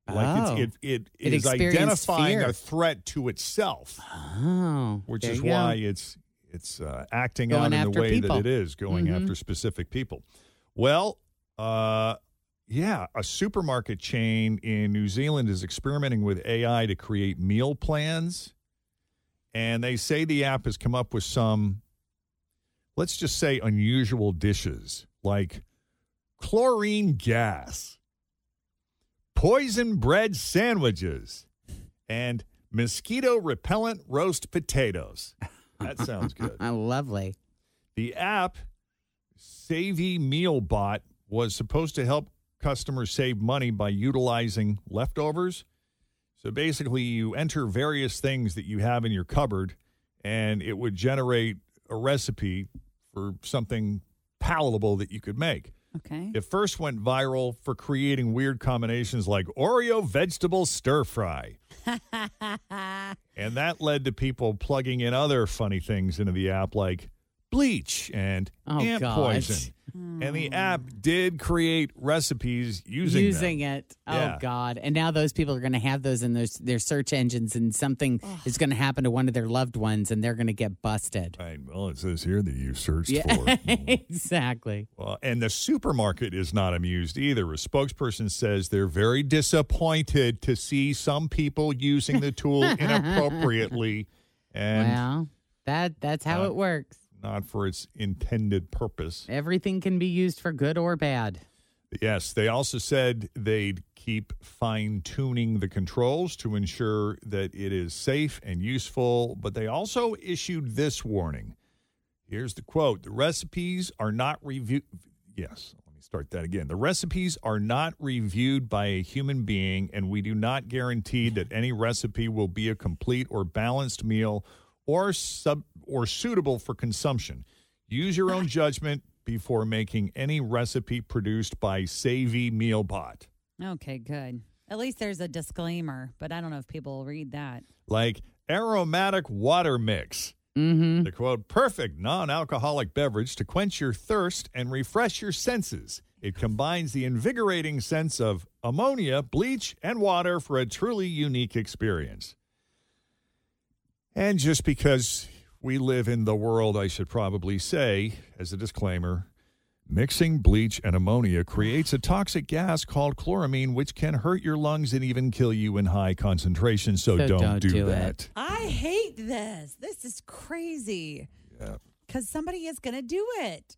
Speaker 2: Like
Speaker 3: Oh.
Speaker 2: it's, it,
Speaker 3: It
Speaker 2: it is
Speaker 3: experienced
Speaker 2: identifying
Speaker 3: fear.
Speaker 2: a threat to itself
Speaker 3: Oh.
Speaker 2: which
Speaker 3: there
Speaker 2: is
Speaker 3: you go.
Speaker 2: why it's it's uh, acting
Speaker 3: Going
Speaker 2: out in
Speaker 3: after
Speaker 2: the way
Speaker 3: people.
Speaker 2: that it is going
Speaker 3: Mhm.
Speaker 2: after specific people. Well, uh, yeah, a supermarket chain in New Zealand is experimenting with AI to create meal plans, and they say the app has come up with some, let's just say, unusual dishes like chlorine gas, poison bread sandwiches, and mosquito repellent roast potatoes. That sounds good.
Speaker 3: Lovely.
Speaker 2: The app Savvy Meal Bot was supposed to help customers save money by utilizing leftovers. So basically, you enter various things that you have in your cupboard, and it would generate a recipe for something palatable that you could make.
Speaker 6: Okay.
Speaker 2: It first went viral for creating weird combinations like Oreo vegetable stir
Speaker 3: (laughs)
Speaker 2: fry. and that led to people plugging in other funny things into the app like bleach and
Speaker 3: Oh,
Speaker 2: ant
Speaker 3: God.
Speaker 2: poison.
Speaker 6: Hmm.
Speaker 2: And the app did create recipes using, them.
Speaker 3: it. Oh
Speaker 2: Yeah.
Speaker 3: God! And now those people are going to have those in those, their search engines, and something is going to happen to one of their loved ones, and they're going to get busted.
Speaker 2: Right. Well, it says here that you searched
Speaker 3: Yeah.
Speaker 2: for.
Speaker 3: (laughs) exactly.
Speaker 2: Well, Uh, and the supermarket is not amused either. A spokesperson says they're very disappointed to see some people using the tool inappropriately and
Speaker 3: well, that that's how
Speaker 2: Uh,
Speaker 3: it works.
Speaker 2: not for its intended purpose.
Speaker 3: Everything can be used for good or bad.
Speaker 2: Yes, they also said they'd keep fine tuning the controls to ensure that it is safe and useful, but they also issued this warning. Here's the quote The recipes are not reviewed. Yes, let me start that again. The recipes are not reviewed by a human being, and we do not guarantee that any recipe will be a complete or balanced meal or sub or suitable for consumption. Use your own judgment before making any recipe produced by Savvy Mealbot.
Speaker 6: Okay, good. At least there's a disclaimer, but I don't know if people will read that.
Speaker 2: Like aromatic water mix.
Speaker 3: Mm-hmm.
Speaker 2: The quote perfect non alcoholic beverage to quench your thirst and refresh your senses. It combines the invigorating sense of ammonia, bleach, and water for a truly unique experience. And just because we live in the world, I should probably say, as a disclaimer, mixing bleach and ammonia creates a toxic gas called chloramine, which can hurt your lungs and even kill you in high concentrations. So,
Speaker 3: So
Speaker 2: don't,
Speaker 3: don't
Speaker 2: do
Speaker 3: do it.
Speaker 2: that.
Speaker 6: I hate this. This is crazy.
Speaker 2: Yeah.
Speaker 6: Because somebody is going to do it.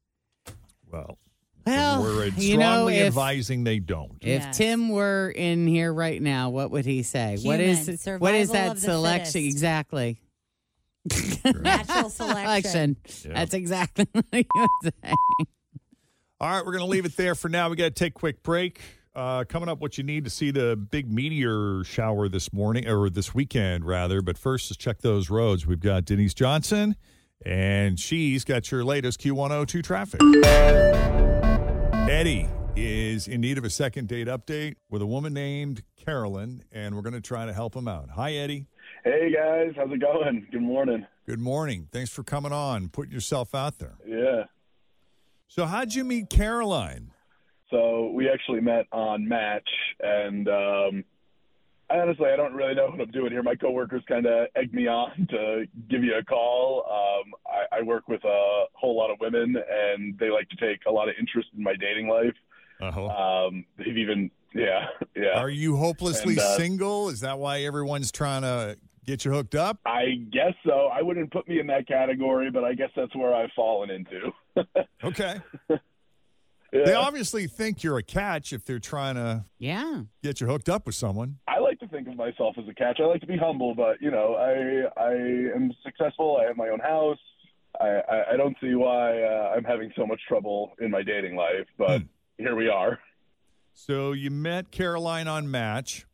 Speaker 2: Well,
Speaker 3: Well,
Speaker 2: we're strongly
Speaker 3: you know, if-
Speaker 2: advising they don't.
Speaker 3: If
Speaker 6: Yes.
Speaker 3: Tim were in here right now, what would he say? what is
Speaker 6: Human,
Speaker 3: it- what is
Speaker 6: survival
Speaker 3: that
Speaker 6: of the
Speaker 3: selection
Speaker 6: fittest.
Speaker 3: exactly? (laughs)
Speaker 6: Natural selection.
Speaker 3: Election. That's exactly (laughs) what he would say.
Speaker 2: All right, we're going to leave it there for now. We got to take a quick break. Uh, coming up, what you need to see the big meteor shower this morning or this weekend, rather. But first, let's check those roads. We've got Denise Johnson, and she's got your latest Q102 traffic. Eddie is in need of a second date update with a woman named Carolyn, and we're going to try to help him out. Hi, Eddie.
Speaker 10: Hey guys, how's it going? Good morning.
Speaker 2: Good morning. Thanks for coming on, putting yourself out there.
Speaker 10: Yeah.
Speaker 2: So, how'd you meet Caroline?
Speaker 10: So we actually met on Match, and um, I honestly I don't really know what I'm doing here. My coworkers kind of egg me on (laughs) to give you a call. Um, I, I work with a whole lot of women, and they like to take a lot of interest in my dating life.
Speaker 2: Uh-huh.
Speaker 10: Um, they've even yeah yeah.
Speaker 2: Are you hopelessly
Speaker 10: And, uh,
Speaker 2: single? Is that why everyone's trying to get you hooked up?
Speaker 10: I guess so. I wouldn't put me in that category, but I guess that's where I've fallen into. (laughs)
Speaker 2: Okay.
Speaker 10: Yeah.
Speaker 2: They obviously think you're a catch if they're trying to
Speaker 3: yeah
Speaker 2: get you hooked up with someone.
Speaker 10: I like to think of myself as a catch. I like to be humble, but you know, I I am successful. I have my own house. I I, I don't see why uh, I'm having so much trouble in my dating life, but here we are,
Speaker 2: So you met Caroline on Match.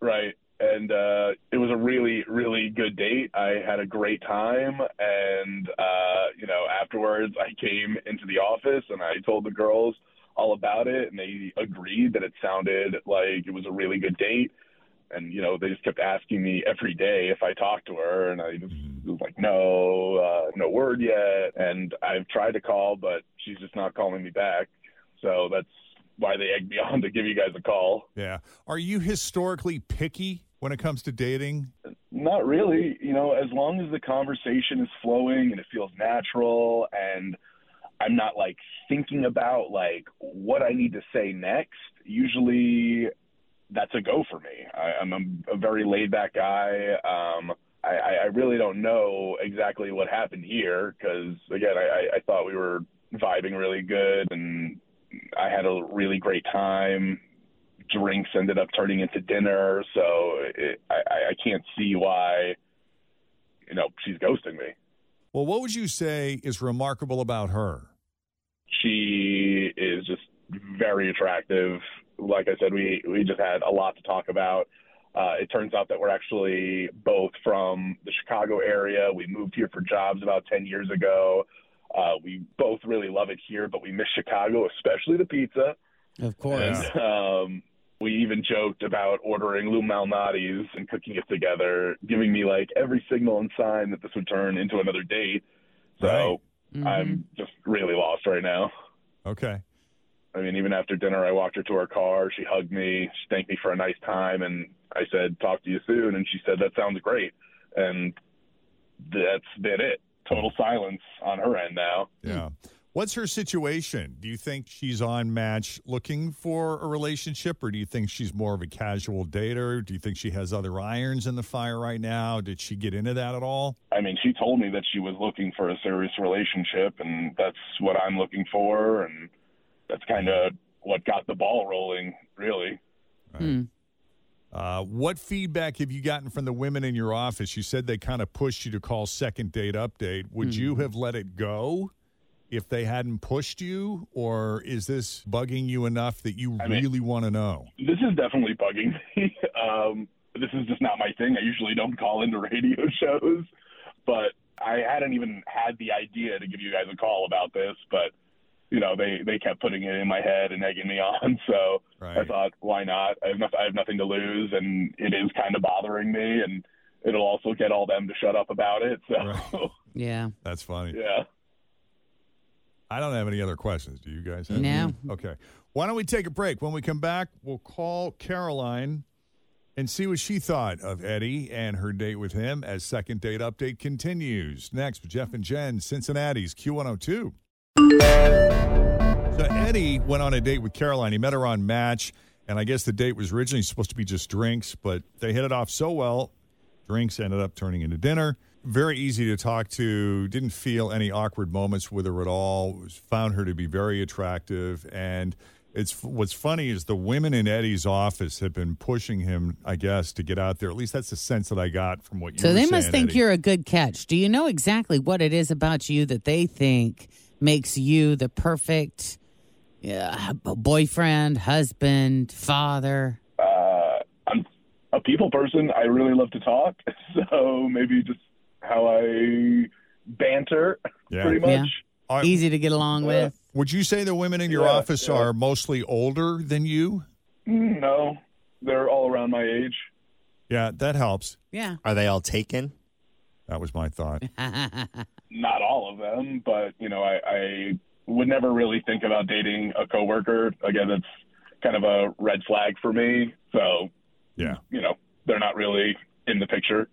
Speaker 10: right? And uh, it was a really really good date. I had a great time, and uh, you know, afterwards I came into the office and I told the girls all about it, and they agreed that it sounded like it was a really good date. and you know they just kept asking me every day if I talked to her, and I just was like, no, uh, no word yet. And I've tried to call, but she's just not calling me back. So that's why they egged me (laughs) on to give you guys a call.
Speaker 2: Yeah. Are you historically picky when it comes to dating?
Speaker 10: Not really, you know, as long as the conversation is flowing and it feels natural, and I'm not like thinking about like what I need to say next. Usually, that's a go for me. I, I'm a, a very laid back guy. Um, I, I I really don't know exactly what happened here because again, I, I- I thought we were vibing really good and I had a really great time. Drinks ended up turning into dinner, so it, I, I- I can't see why you know she's ghosting me.
Speaker 2: Well, what would you say is remarkable about her?
Speaker 10: she is just very attractive. Like I said, we we just had a lot to talk about. Uh, it turns out that we're actually both from the Chicago area. We moved here for jobs about ten years ago. Uh, we both really love it here, but we miss Chicago, especially the pizza.
Speaker 3: Of course.
Speaker 10: And, um, we even joked about ordering Lou Malnati's and cooking it together, giving me like every signal and sign that this would turn into another date. So I'm just really lost right now.
Speaker 2: Okay.
Speaker 10: I mean, even after dinner, I walked her to her car. She hugged me. She thanked me for a nice time. And I said, talk to you soon. And she said, that sounds great. And that's been it. Total silence on her end now.
Speaker 2: Yeah. What's her situation? Do you think she's on match looking for a relationship, or do you think she's more of a casual dater? Do you think she has other irons in the fire right now? Did she get into that at all?
Speaker 10: I mean, she told me that she was looking for a serious relationship, and that's what I'm looking for. And that's kind of what got the ball rolling, really.
Speaker 3: Hmm.
Speaker 2: Uh, what feedback have you gotten from the women in your office? You said they kind of pushed you to call second date update. Would
Speaker 3: Hmm.
Speaker 2: you have let it go if they hadn't pushed you, or is this bugging you enough that you
Speaker 10: I mean-
Speaker 2: really want to know?
Speaker 10: This is definitely bugging (laughs) me. um, this is just not my thing. I usually don't call into radio (laughs) shows, but I hadn't even had the idea to give you guys a call about this. But you know, they they kept putting it in my head and egging me (laughs) on. So I
Speaker 2: Right.
Speaker 10: thought, why not? I have, noth- I have nothing to lose, and it is kind of bothering me, and it'll also get all them to shut up about it. (laughs) So
Speaker 3: Yeah.
Speaker 2: That's funny.
Speaker 10: yeah.
Speaker 2: I don't have any other questions. Do you guys have?
Speaker 3: No.
Speaker 2: any? Okay. Why don't we take a break? When we come back, we'll call Caroline and see what she thought of Eddie and her date with him as second date update continues. Next, with Jeff and Jen, Cincinnati's Q102. So Eddie went on a date with Caroline. He met her on Match, and I guess the date was originally supposed to be just drinks, but they hit it off so well, drinks ended up turning into dinner. Very easy to talk to. Didn't feel any awkward moments with her at all. Was- Found her to be very attractive, and it's what's funny is the women in Eddie's office have been pushing him, I guess, to get out there. At least that's the sense that I got from what you.
Speaker 3: So
Speaker 2: were
Speaker 3: they
Speaker 2: saying,
Speaker 3: must think
Speaker 2: Eddie.
Speaker 3: you're a good catch. Do you know exactly what it is about you that they think makes you the perfect yeah, b- boyfriend, husband, father.
Speaker 10: Uh, I'm a people person. I really love to talk, (laughs) so maybe just how I banter, pretty much.
Speaker 3: Easy to get along with.
Speaker 2: Uh, Would you say the women in your
Speaker 10: Yeah,
Speaker 2: office are mostly older than you?
Speaker 10: Mm, No, they're all around my age.
Speaker 2: Yeah, that helps.
Speaker 3: Yeah.
Speaker 5: Are they all taken?
Speaker 2: That was my thought.
Speaker 10: Not all of them, but you know, I, I would never really think about dating a coworker. Again, that's kind of a red flag for me. So,
Speaker 2: yeah,
Speaker 10: you know, they're not really in the picture.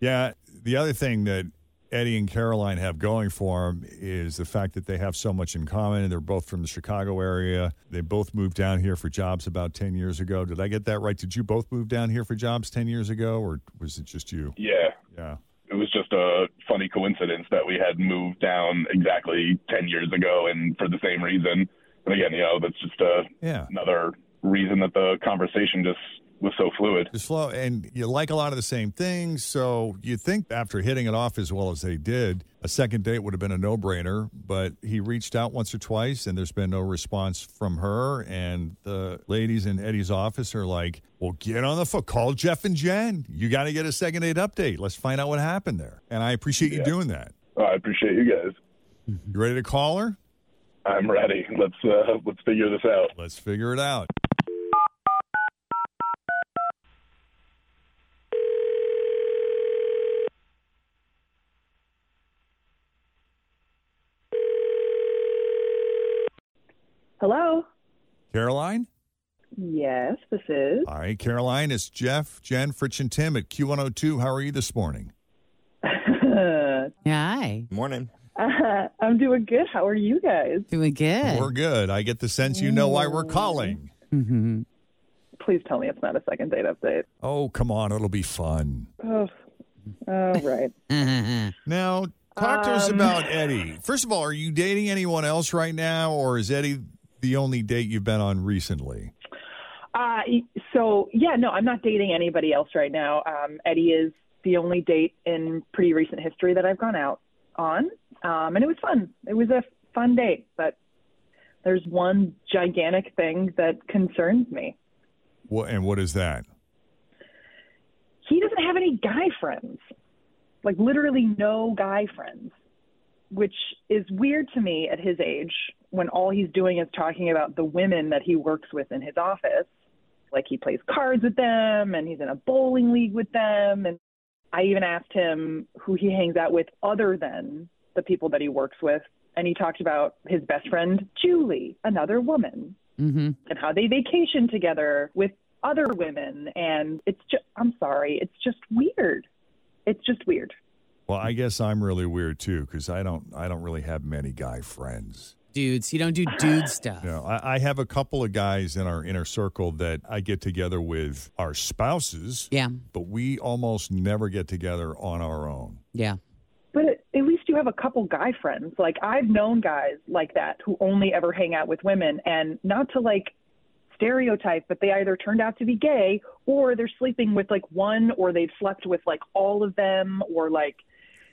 Speaker 2: Yeah. The other thing that Eddie and Caroline have going for them is the fact that they have so much in common. They're both from the Chicago area. They both moved down here for jobs about 10 years ago. Did I get that right? Did you both move down here for jobs 10 years ago, or was it just you?
Speaker 10: Yeah.
Speaker 2: Yeah.
Speaker 10: It was just a funny coincidence that we had moved down exactly 10 years ago and for the same reason. And again, you know, that's just a,
Speaker 2: Yeah.
Speaker 10: another reason that the conversation just was so fluid.
Speaker 2: Just flow. And you like a lot of the same things. So you think after hitting it off as well as they did, a second date would have been a no brainer. But he reached out once or twice and there's been no response from her. And the ladies in Eddie's office are like, well, get on the phone. Call Jeff and Jen. You got to get a second date update. Let's find out what happened there. And I appreciate you doing that.
Speaker 10: I appreciate you guys.
Speaker 2: You ready to call her?
Speaker 10: I'm ready. Let's uh, let's figure this out.
Speaker 2: Let's figure it out.
Speaker 13: Hello.
Speaker 2: Caroline?
Speaker 13: Yes, this is.
Speaker 2: All right, Caroline, it's Jeff, Jen, Fritch, and Tim at Q102. How are you this morning?
Speaker 13: Uh, (laughs)
Speaker 3: Hi.
Speaker 5: Morning.
Speaker 13: uh, (laughs) I'm doing good. How are you guys?
Speaker 3: Doing good.
Speaker 2: We're good. I get the sense you know why we're calling.
Speaker 3: Mm-hmm.
Speaker 13: Please tell me it's not a second date update.
Speaker 2: Oh, come on. It'll be fun.
Speaker 13: Oh, all right.
Speaker 2: (laughs) now, talk to us
Speaker 13: Um,
Speaker 2: about Eddie. First of all, are you dating anyone else right now, or is Eddie the only date you've been on recently?
Speaker 13: Uh, so yeah, no, I'm not dating anybody else right now. Um, Eddie is the only date in pretty recent history that I've gone out on, um, and it was fun. It was a fun date, but there's one gigantic thing that concerns me.
Speaker 2: What, and what is that?
Speaker 13: He doesn't have any guy friends, like literally no guy friends, which is weird to me at his age when all he's doing is talking about the women that he works with in his office. like he plays cards with them and he's in a bowling league with them and I even asked him who he hangs out with other than the people that he works with and he talked about his best friend Julie, another woman,
Speaker 3: Mm-hmm.
Speaker 13: and how they vacation together with other women and it's just I'm sorry, it's just weird. It's just weird.
Speaker 2: Well, I guess I'm really weird too because I don't I don't really have many guy friends.
Speaker 3: Dudes, you don't do (laughs) dude stuff.
Speaker 2: No, I, I have a couple of guys in our inner circle that I get together with our spouses.
Speaker 3: Yeah.
Speaker 2: But we almost never get together on our own.
Speaker 3: Yeah.
Speaker 13: But at, at least you have a couple guy friends. Like I've known guys like that who only ever hang out with women and not to like stereotype, but they either turned out to be gay or they're sleeping with like one or they've slept with like all of them or like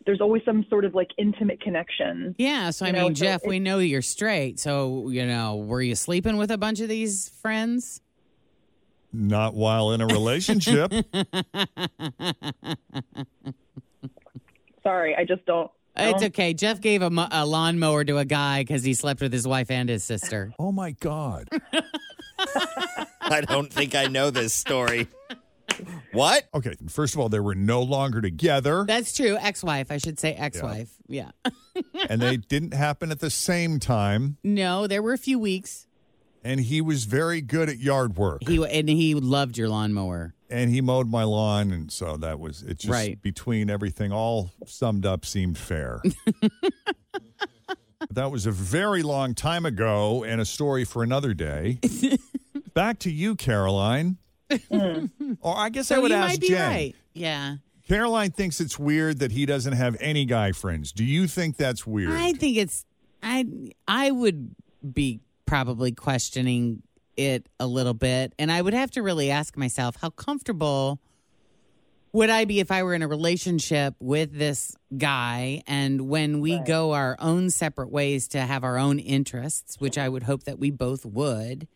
Speaker 13: there's always some sort of like intimate connection.
Speaker 3: Yeah, so I
Speaker 13: You know,
Speaker 3: mean,
Speaker 13: so
Speaker 3: Jeff, we
Speaker 13: it-
Speaker 3: know you're straight. So, you know, were you sleeping with a bunch of these friends?
Speaker 2: Not while in
Speaker 3: (laughs)
Speaker 2: a relationship.
Speaker 13: Sorry, I just don't.
Speaker 3: It's
Speaker 13: don't-
Speaker 3: okay. Jeff gave a, mo- a lawnmower to a guy because he slept with his wife and his sister.
Speaker 2: (laughs) oh my God.
Speaker 5: I don't think I know this story. What?
Speaker 2: Okay, first of all, they were no longer together,
Speaker 3: That's true. Ex wife. I should say ex wife. Yeah.
Speaker 2: and they didn't happen at the same time.
Speaker 3: No, there were a few weeks.
Speaker 2: And he was very good at yard work,
Speaker 3: He And he loved your lawnmower.
Speaker 2: and he mowed my lawn, and so that was it. Just
Speaker 3: Right.
Speaker 2: between everything, all summed up,
Speaker 3: (laughs)
Speaker 2: seemed fair. that was a very long time ago, and a story for
Speaker 3: (laughs)
Speaker 2: another day. Back to you, Caroline. or I guess
Speaker 3: Hmm.
Speaker 2: I
Speaker 3: So
Speaker 2: would
Speaker 3: you
Speaker 2: ask
Speaker 3: might be
Speaker 2: Jen.
Speaker 3: right. Yeah.
Speaker 2: Caroline thinks it's weird that he doesn't have any guy friends. Do you think that's weird?
Speaker 3: I think it's I I would be probably questioning it a little bit and I would have to really ask myself how comfortable would I be if I were in a relationship with this guy and when we go our own separate ways to have our own interests, which I would hope that we both would,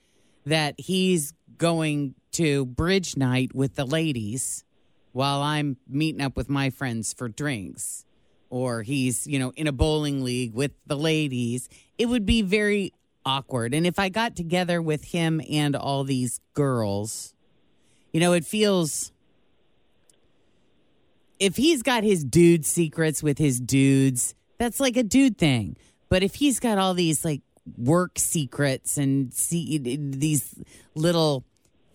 Speaker 3: that he's going to bridge night with the ladies while I'm meeting up with my friends for drinks or he's, you know, in a bowling league with the ladies. It would be very awkward. And if I got together with him and all these girls, you know, it feels if he's got his dude secrets with his dudes, that's like a dude thing. But if he's got all these like work secrets and see these little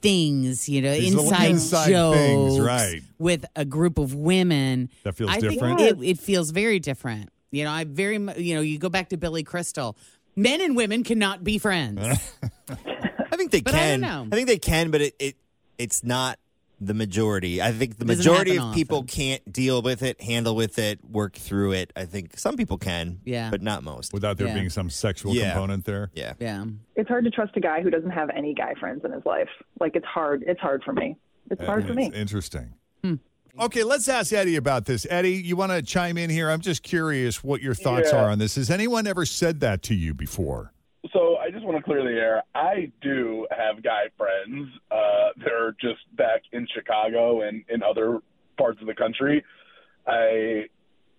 Speaker 3: things, you know,
Speaker 2: These little
Speaker 3: inside,
Speaker 2: inside
Speaker 3: jokes
Speaker 2: things, right.
Speaker 3: with a group of women,
Speaker 2: That feels
Speaker 3: I
Speaker 2: different.
Speaker 3: Think it, it feels very different. You know, I very, mu- you know, you go back to Billy Crystal. Men and women cannot be
Speaker 2: (laughs)
Speaker 3: friends.
Speaker 5: I think they
Speaker 3: But I don't
Speaker 5: can.
Speaker 3: know.
Speaker 5: think they can, but it, it it's not the majority. I think the
Speaker 3: Doesn't
Speaker 5: majority
Speaker 3: happen
Speaker 5: of people can't deal with it, handle with it, work through it. I think some people can,
Speaker 3: Yeah.
Speaker 5: but not most.
Speaker 2: Without there Yeah. being some sexual component there.
Speaker 5: Yeah.
Speaker 3: Yeah.
Speaker 13: It's hard to trust a guy who doesn't have any guy friends in his life. Like it's hard. It's hard for me. It's hard for me.
Speaker 2: Uh, It's interesting. Okay, let's ask Eddie about this. Eddie, you want to chime in here? I'm just curious what your thoughts
Speaker 10: Yeah.
Speaker 2: are on this. Has anyone ever said that to you before?
Speaker 10: So I just want to clear the air. I do have guy friends. Uh, they're just back in Chicago and in other parts of the country. I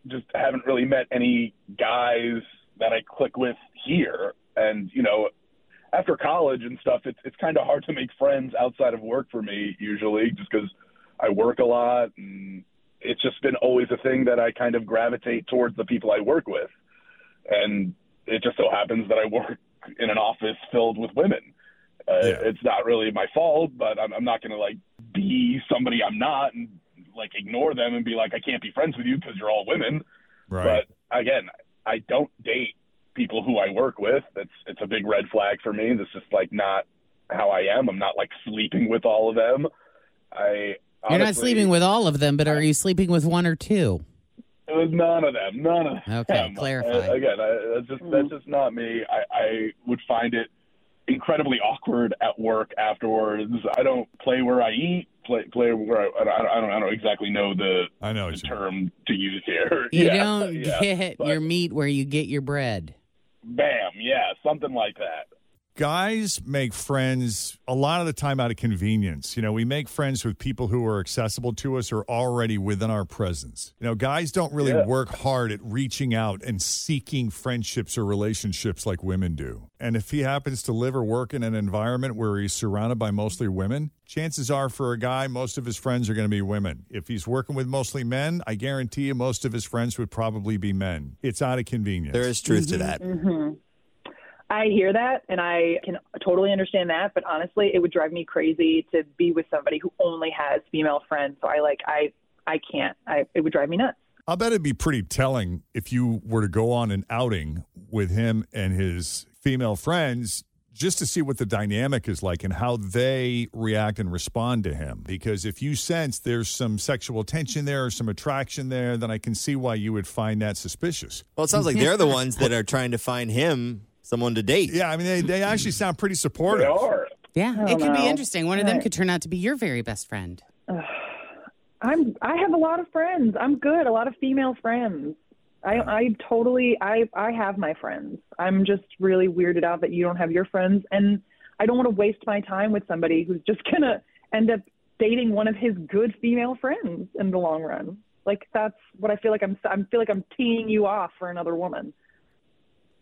Speaker 10: just haven't really met any guys that I click with here. And you know, after college and stuff, it's it's kind of hard to make friends outside of work for me usually, just because I work a lot and it's just been always a thing that I kind of gravitate towards the people I work with. And it just so happens that I work in an office filled with women. Uh, It's not really my fault, but I'm, I'm not going to like be somebody I'm not and like ignore them and be like, I can't be friends with you because you're all women.
Speaker 2: Right.
Speaker 10: But again, I don't date people who I work with. That's it's a big red flag for me. That's just like not how I am. I'm not like sleeping with all of them. I
Speaker 3: You're not
Speaker 10: honestly-
Speaker 3: sleeping with all of them, but are you sleeping with one or two?
Speaker 10: It was none of them. None of them.
Speaker 3: Okay, clarify.
Speaker 10: Uh, again, I, that's just that's just not me. I, I would find it incredibly awkward at work afterwards. I don't play where I eat. Play play where I, I, don't, I don't I don't exactly know the
Speaker 2: I know
Speaker 10: the term to use here. (laughs)
Speaker 3: You
Speaker 10: Yeah,
Speaker 3: don't
Speaker 10: yeah.
Speaker 3: get your meat where you get your bread.
Speaker 10: Bam. Yeah, something like that.
Speaker 2: Guys make friends a lot of the time out of convenience. You know, we make friends with people who are accessible to us or already within our presence. You know, guys don't really
Speaker 10: Yeah.
Speaker 2: work hard at reaching out and seeking friendships or relationships like women do. And if he happens to live or work in an environment where he's surrounded by mostly women, chances are for a guy, most of his friends are going to be women. If he's working with mostly men, I guarantee you most of his friends would probably be men. It's out of convenience.
Speaker 5: There is truth
Speaker 2: Mm-hmm.
Speaker 5: to that.
Speaker 13: hmm I hear that, and I can totally understand that. But honestly, it would drive me crazy to be with somebody who only has female friends. So I like I I can't. I it would drive me nuts.
Speaker 2: I'll bet it'd be pretty telling if you were to go on an outing with him and his female friends just to see what the dynamic is like and how they react and respond to him. Because if you sense there's some sexual tension there or some attraction there, then I can see why you would find that suspicious.
Speaker 5: Well, it sounds
Speaker 3: (laughs)
Speaker 5: like they're the ones that are trying to find him someone to date.
Speaker 2: Yeah, I mean, they, they actually sound pretty supportive.
Speaker 3: Yeah,
Speaker 13: I don't
Speaker 3: it could be
Speaker 13: know.
Speaker 3: interesting. One of them
Speaker 13: Right.
Speaker 3: could turn out to be your very best friend.
Speaker 13: I'm I have a lot of friends. I'm good. A lot of female friends. I I totally I I have my friends. I'm just really weirded out that you don't have your friends and I don't want to waste my time with somebody who's just (laughs) going to end up dating one of his good female friends in the long run. Like that's what I feel like I'm I feel like I'm teeing you off for another woman.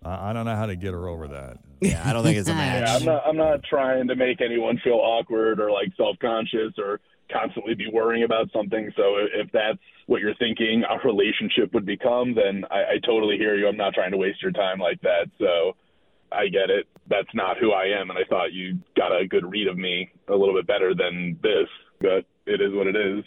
Speaker 2: I, I don't know how to get her over that.
Speaker 5: (laughs) Yeah, I don't think it's a match.
Speaker 10: (laughs) Yeah, I'm not I'm not trying to make anyone feel awkward or like self conscious or constantly be worrying about something. So i- if that's what you're thinking our relationship would become, then I, I totally hear you. I'm not trying to waste your time like that. So I get it. That's not who I am and I thought you got a good read of me a little bit better than this, but it is what it is.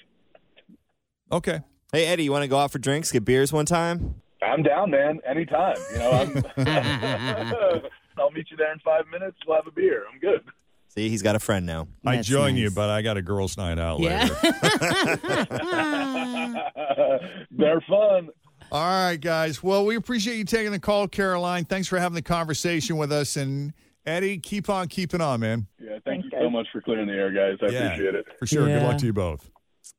Speaker 2: Okay.
Speaker 5: Hey, Eddie, you want to go out for drinks, get beers one time?
Speaker 10: I'm down, man. Anytime. You know, I'm (laughs) I'll meet you there in five minutes. We'll have a beer. I'm good.
Speaker 5: See, he's got a friend now.
Speaker 2: I join you, but I got a girls' night out later. (laughs)
Speaker 10: They're fun.
Speaker 2: All right, guys. Well, we appreciate you taking the call, Caroline. Thanks for having the conversation with us. And Eddie, keep on keeping on, man.
Speaker 10: Yeah, thank you so much for clearing the air, guys. I
Speaker 2: Yeah,
Speaker 10: appreciate it.
Speaker 2: For sure. Good
Speaker 3: Yeah.
Speaker 2: luck to you both.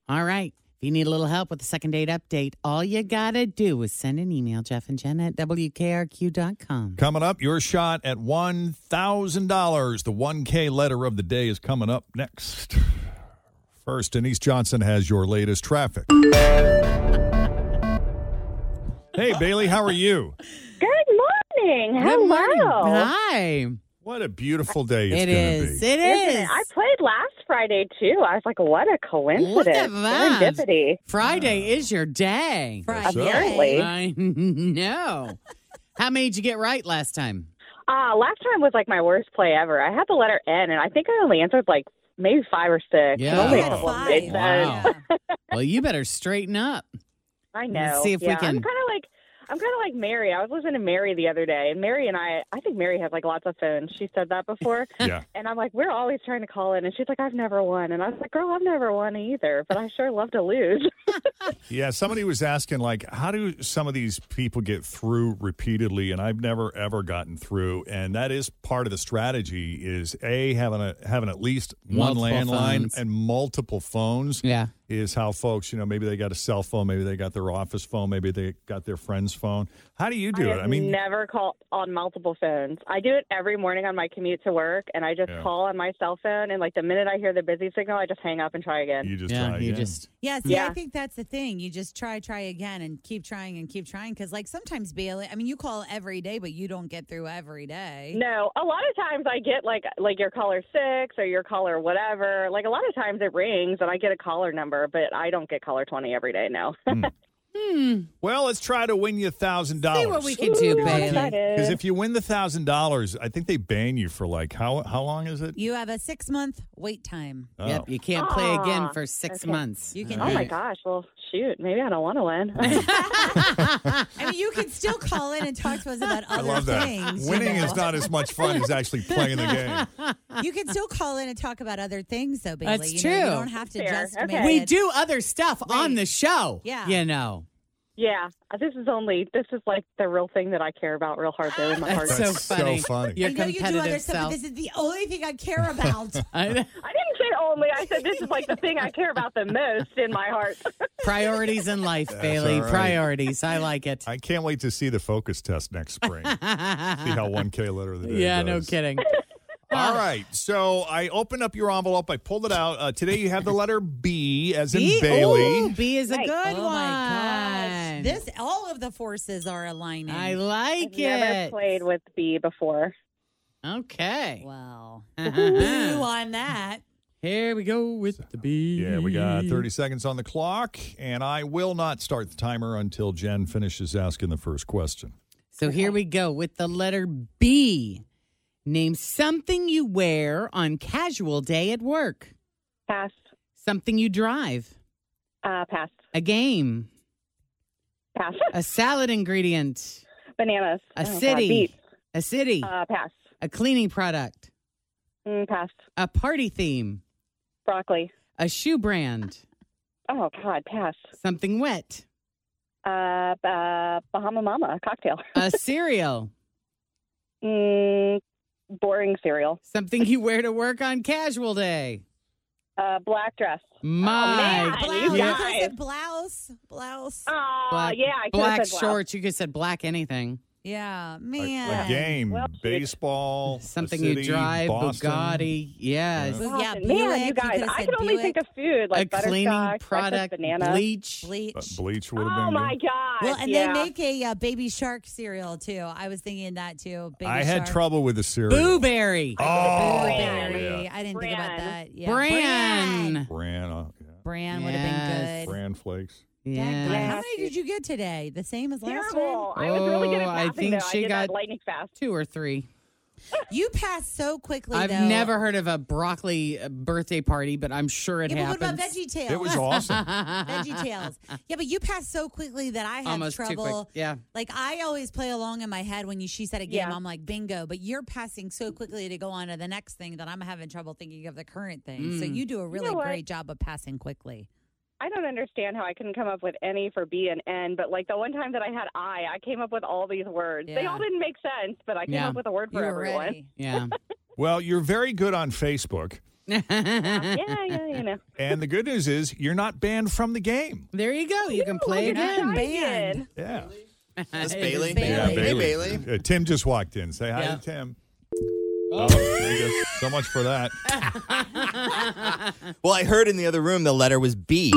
Speaker 3: All right. If If you need a little help with the second date update, all you got to do is send an email, Jeff and Jen at WKRQ.com.
Speaker 2: Coming up, your shot at $1,000. The 1K letter of the day is coming up next. First, Denise Johnson has your latest traffic. hey, Bailey, how are you?
Speaker 16: Good morning. Hello.
Speaker 3: Good morning. Hi.
Speaker 2: What a beautiful day it's
Speaker 3: It
Speaker 2: going to
Speaker 3: is.
Speaker 2: be.
Speaker 3: It
Speaker 16: Listen,
Speaker 3: is.
Speaker 16: I played last Friday too. I was like, what a coincidence.
Speaker 3: Look at that.
Speaker 16: Serendipity.
Speaker 3: Friday is your day.
Speaker 16: Friday.
Speaker 3: (laughs)
Speaker 16: Apparently.
Speaker 3: I know. How many did you get right last time?
Speaker 16: Uh, last time was like my worst play ever. I had the letter N and I think I only answered like maybe five or six.
Speaker 3: Yeah.
Speaker 16: Only a
Speaker 3: You had
Speaker 16: couple of
Speaker 3: five.
Speaker 16: big ones.
Speaker 3: Wow. well, you better straighten up.
Speaker 16: I know.
Speaker 3: Let's see if we
Speaker 16: yeah.
Speaker 3: can-
Speaker 16: I'm kind of like I'm kind of like Mary. I was listening to Mary the other day, and Mary and I. I think Mary has like lots of phones. She said that before.
Speaker 2: (laughs) Yeah.
Speaker 16: And I'm like, we're always trying to call in, and she's like, I've never won, and I was like, girl, I've never won either, but I sure love to lose.
Speaker 2: Yeah, somebody was asking, like, how do some of these people get through repeatedly? And I've never ever gotten through. And that is part of the strategy is a having a having at least one
Speaker 3: Multiple
Speaker 2: landline
Speaker 3: phones.
Speaker 2: and multiple phones.
Speaker 3: Yeah.
Speaker 2: is how folks, you know, maybe they got a cell phone, maybe they got their office phone, maybe they got their friend's phone. How do (laughs) you do
Speaker 16: I
Speaker 2: it?
Speaker 16: have never call on multiple phones. I do it every morning on my commute to work, and I just
Speaker 2: Yeah.
Speaker 16: call on my cell phone, and like the minute I hear the busy signal, I just hang up and try again.
Speaker 2: you (laughs) just
Speaker 3: Yeah,
Speaker 2: try
Speaker 3: you
Speaker 2: again. Hmm.
Speaker 3: just-
Speaker 6: Yeah, see,
Speaker 16: Yeah.
Speaker 6: I think that's the thing. You just try, try again, and keep trying and keep trying. Because, like, sometimes, Bailey, I mean, you call every day, but you don't get through every day.
Speaker 16: No, a lot of times I get like like your caller six or your caller whatever. Like a lot of times it rings and I get a caller number, but I don't get caller twenty every day now.
Speaker 2: Well, let's try to win you thousand dollars.
Speaker 16: Hmm. See what we can do, Ooh, I'm Bailey. excited.
Speaker 2: Because if you win the thousand dollars, I think they ban you for like how how long is it?
Speaker 6: You have a six month wait time.
Speaker 2: Oh.
Speaker 3: Yep, you can't play again
Speaker 16: Ah,
Speaker 3: for six
Speaker 16: okay.
Speaker 3: months.
Speaker 6: You can
Speaker 16: oh my
Speaker 6: Right.
Speaker 16: gosh! Well, shoot, maybe I don't want to
Speaker 6: (laughs)
Speaker 16: win.
Speaker 6: I mean, you
Speaker 16: (laughs)
Speaker 6: can still call in and talk to us about
Speaker 2: (laughs) I
Speaker 6: other
Speaker 2: love that.
Speaker 6: things. you
Speaker 2: Winning
Speaker 6: know?
Speaker 2: is not as much fun as actually playing the
Speaker 3: (laughs)
Speaker 2: game.
Speaker 6: You can still call in and talk about other things, though, Bailey.
Speaker 3: That's
Speaker 6: you know,
Speaker 3: true.
Speaker 6: you don't have to
Speaker 16: Fair.
Speaker 6: just
Speaker 16: Okay.
Speaker 6: make
Speaker 3: We
Speaker 6: it-
Speaker 3: do other stuff on the show.
Speaker 6: Yeah.
Speaker 3: You
Speaker 2: (laughs)
Speaker 3: know.
Speaker 16: yeah, uh, this is only this is like the real thing that I care about real hard though in my heart.
Speaker 3: That's so funny. Your
Speaker 6: I know you do other
Speaker 3: competitive
Speaker 6: stuff, but
Speaker 3: self.
Speaker 6: this is the only thing I
Speaker 3: (laughs)
Speaker 6: care about.
Speaker 3: I know.
Speaker 16: I didn't say only. I said this is like the thing I care about the most in my heart.
Speaker 3: Priorities in life, Bailey.
Speaker 2: all right.
Speaker 3: Priorities. I like it.
Speaker 2: I can't wait to see the focus test next spring. see how 1K letter of the
Speaker 3: (laughs)
Speaker 2: day
Speaker 3: yeah, no
Speaker 2: does.
Speaker 3: kidding.
Speaker 2: All right. So I opened up your envelope. I pulled it out. Uh, today you have the letter B as in
Speaker 3: B?
Speaker 2: Bailey.
Speaker 3: Ooh, B is a
Speaker 16: Nice.
Speaker 3: good one.
Speaker 6: Oh my gosh. This all of the forces are aligning.
Speaker 3: I like it.
Speaker 16: I've never played with B before.
Speaker 3: Okay.
Speaker 6: wow. Boo
Speaker 3: Uh-huh.
Speaker 6: on that.
Speaker 3: Here we go with the B.
Speaker 2: Yeah, we got 30 seconds on the clock, and I will not start the timer until Jen finishes asking the first question.
Speaker 3: So here we go with the letter B. Name something you wear on casual day at work.
Speaker 16: Pass.
Speaker 3: Something you drive.
Speaker 16: Uh, pass.
Speaker 3: A game.
Speaker 16: Pass.
Speaker 3: A salad ingredient.
Speaker 16: Bananas.
Speaker 3: A
Speaker 16: Oh, God,
Speaker 3: city.
Speaker 16: beets.
Speaker 3: a city.
Speaker 16: Uh, pass.
Speaker 3: a cleaning product.
Speaker 16: Mm, pass.
Speaker 3: A party theme.
Speaker 16: Broccoli.
Speaker 3: A shoe brand.
Speaker 16: Oh God, pass.
Speaker 3: Something wet.
Speaker 16: Uh, b- uh Bahama Mama cocktail.
Speaker 3: A (laughs) cereal.
Speaker 16: Mm, boring cereal.
Speaker 3: Something you wear to work on casual day.
Speaker 16: Uh, black dress.
Speaker 3: My.
Speaker 16: Oh, man,
Speaker 3: g-
Speaker 16: you
Speaker 3: yeah.
Speaker 16: guys.
Speaker 6: I said blouse. Blouse.
Speaker 16: Oh
Speaker 3: Black,
Speaker 16: yeah, I could've
Speaker 3: black
Speaker 16: said black.
Speaker 3: shorts. You could have said black anything.
Speaker 6: Yeah,
Speaker 2: A-
Speaker 6: man.
Speaker 2: A, game, baseball, a
Speaker 3: Something
Speaker 2: city,
Speaker 3: you drive,
Speaker 2: Boston.
Speaker 3: Bugatti. Yes.
Speaker 6: Boo- Yeah,
Speaker 16: Austin, man, you
Speaker 6: Buick,
Speaker 16: guys,
Speaker 6: could've
Speaker 16: I
Speaker 6: said
Speaker 16: could only think
Speaker 6: Buick,
Speaker 16: of food like
Speaker 3: a cleaning
Speaker 16: butterscotch,
Speaker 3: product,
Speaker 16: banana.
Speaker 3: bleach.
Speaker 2: Uh,
Speaker 6: bleach.
Speaker 2: Bleach would have
Speaker 16: Oh
Speaker 2: been
Speaker 16: my
Speaker 2: good.
Speaker 16: God.
Speaker 6: Well, and
Speaker 16: yeah.
Speaker 6: they make a uh, baby shark cereal too. I was thinking that too. Baby
Speaker 2: I had
Speaker 6: shark.
Speaker 2: trouble with the cereal.
Speaker 3: Booberry.
Speaker 2: Oh,
Speaker 6: Blueberry.
Speaker 2: yeah.
Speaker 6: I didn't think about
Speaker 16: Bran.
Speaker 6: that. Yeah.
Speaker 3: Bran.
Speaker 2: Bran, uh, yeah.
Speaker 6: Bran would
Speaker 3: Yes.
Speaker 6: have been good.
Speaker 2: Bran flakes.
Speaker 6: Dang,
Speaker 3: Yeah.
Speaker 6: Bran. How many did you get today? The same as last
Speaker 16: terrible. I was really good at
Speaker 3: Oh, I
Speaker 16: passing
Speaker 3: think
Speaker 16: though.
Speaker 3: she
Speaker 16: I did
Speaker 3: got-
Speaker 16: that lightning fast.
Speaker 3: Two or three.
Speaker 6: one? You passed so quickly.
Speaker 3: I've
Speaker 6: though.
Speaker 3: never heard of a broccoli uh, birthday party, but I'm sure it
Speaker 6: Yeah, but what
Speaker 3: happens.
Speaker 6: about Veggie Tales?
Speaker 2: It was
Speaker 6: (laughs)
Speaker 2: awesome.
Speaker 6: Veggie Tales. Yeah, but you passed so quickly that I had
Speaker 3: Almost
Speaker 6: trouble.
Speaker 3: too quick. Yeah.
Speaker 6: Like I always play along in my head when you, she said a game,
Speaker 16: Yeah.
Speaker 6: I'm like bingo. But you're passing so quickly to go on to the next thing that I'm having trouble thinking of the current thing. So
Speaker 3: Mm.
Speaker 6: you do a really
Speaker 16: know what?
Speaker 6: great job of passing quickly.
Speaker 16: I don't understand how I couldn't come up with any for B and N, but like the one time that I had I, I came up with all these words. They
Speaker 6: Yeah.
Speaker 16: all didn't make sense, but I came
Speaker 3: Yeah.
Speaker 16: up with a word for
Speaker 6: you were
Speaker 16: (laughs) everyone.
Speaker 6: ready.
Speaker 3: Yeah.
Speaker 2: Well, you're very good on Facebook.
Speaker 16: (laughs) yeah, yeah, you know.
Speaker 2: And the good news is you're not banned from the game.
Speaker 3: There you go. You can play
Speaker 16: look at
Speaker 3: again.
Speaker 16: that again.
Speaker 2: Yeah.
Speaker 3: That's
Speaker 5: Bailey.
Speaker 2: Yeah,
Speaker 5: Hey, Bailey.
Speaker 2: Uh, Tim just walked in. Say hi to Tim. Oh, there you go. So much for that.
Speaker 5: Well, I heard in the other room the letter was B.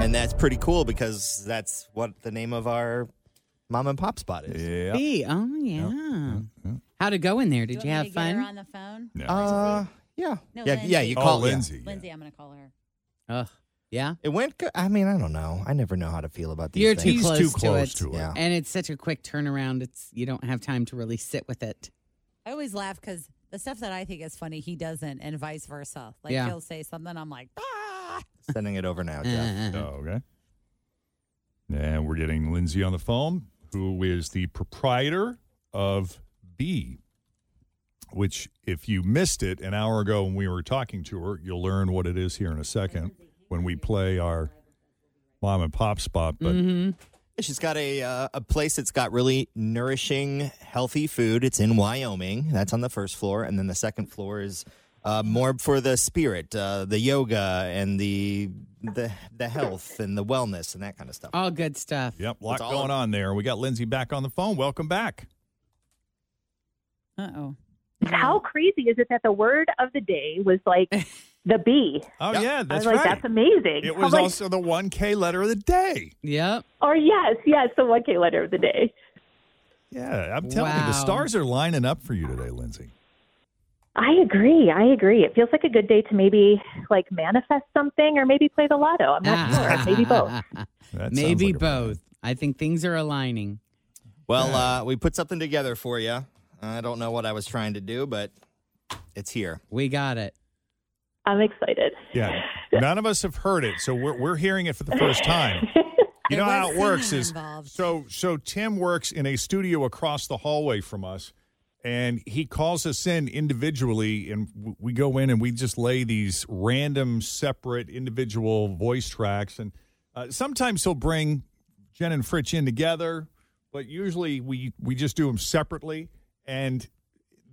Speaker 5: And that's pretty cool because that's what the name of our mom and pop spot is.
Speaker 2: Yeah.
Speaker 3: Hey, oh yeah. How'd it go in there? Did you, have
Speaker 6: Get her
Speaker 3: fun?
Speaker 6: on the phone.
Speaker 5: Uh, yeah.
Speaker 6: No,
Speaker 5: yeah,
Speaker 6: Lindsay.
Speaker 5: yeah, you call
Speaker 6: Lindsay, I'm gonna call her.
Speaker 3: Uh, yeah.
Speaker 5: It went good. I mean, I don't know. I never know how to feel about these
Speaker 3: You're too
Speaker 5: things.
Speaker 3: close, to it,
Speaker 5: Yeah.
Speaker 3: and it's such a quick turnaround. It's you don't have time to really sit with it.
Speaker 6: I always laugh because the stuff that I think is funny, he doesn't, and vice versa. Like
Speaker 3: Yeah.
Speaker 6: he'll say something, I'm like, ah.
Speaker 5: Sending it over
Speaker 3: (laughs)
Speaker 5: now, Jeff.
Speaker 2: Oh, okay. And we're getting Lindsay on the phone, who is the proprietor of B, which, if you missed it an hour ago when we were talking to her, you'll learn what it is here in a second when we play our mom and pop spot. But
Speaker 3: Mm-hmm.
Speaker 5: She's got a uh, a place that's got really nourishing, healthy food. It's in Wyoming. That's on the first floor, and then the second floor is uh, more for the spirit, uh, the yoga, and the the the health and the wellness and that kind of stuff.
Speaker 3: All good stuff.
Speaker 2: yep, a lot going on there. We got Lindsay back on the phone. Welcome back.
Speaker 6: Uh oh.
Speaker 3: Mm.
Speaker 14: How crazy is it that the word of the day was
Speaker 3: (laughs)
Speaker 14: like the B?
Speaker 2: Oh yeah, that's
Speaker 14: I was like,
Speaker 2: right.
Speaker 14: That's amazing.
Speaker 2: It
Speaker 14: I'm
Speaker 2: was
Speaker 14: like,
Speaker 2: also the one K letter of the day.
Speaker 3: Yep.
Speaker 14: Or yes, yes, the one K letter of the day.
Speaker 2: Yeah, I'm telling you, the
Speaker 14: Wow.
Speaker 2: stars are lining up for you today, Lindsay.
Speaker 14: I agree. I agree. It feels like a good day to maybe like manifest something or maybe play the lotto.
Speaker 3: (laughs)
Speaker 14: I'm not sure. Maybe both.
Speaker 2: That sounds
Speaker 3: Maybe
Speaker 2: like a
Speaker 3: both. I think things are aligning.
Speaker 5: Well, uh, we put something together for you. I don't know what I was trying to do, but it's here.
Speaker 3: We got it.
Speaker 14: I'm excited.
Speaker 2: Yeah. None of us have heard it, so we're we're hearing it for the first time. You know how it works is so so Tim works in a studio across the hallway from us and he calls us in individually and w- we go in and we just lay these random separate individual voice tracks and uh, sometimes he'll bring Jen and Fritch in together, but usually we we just do them separately and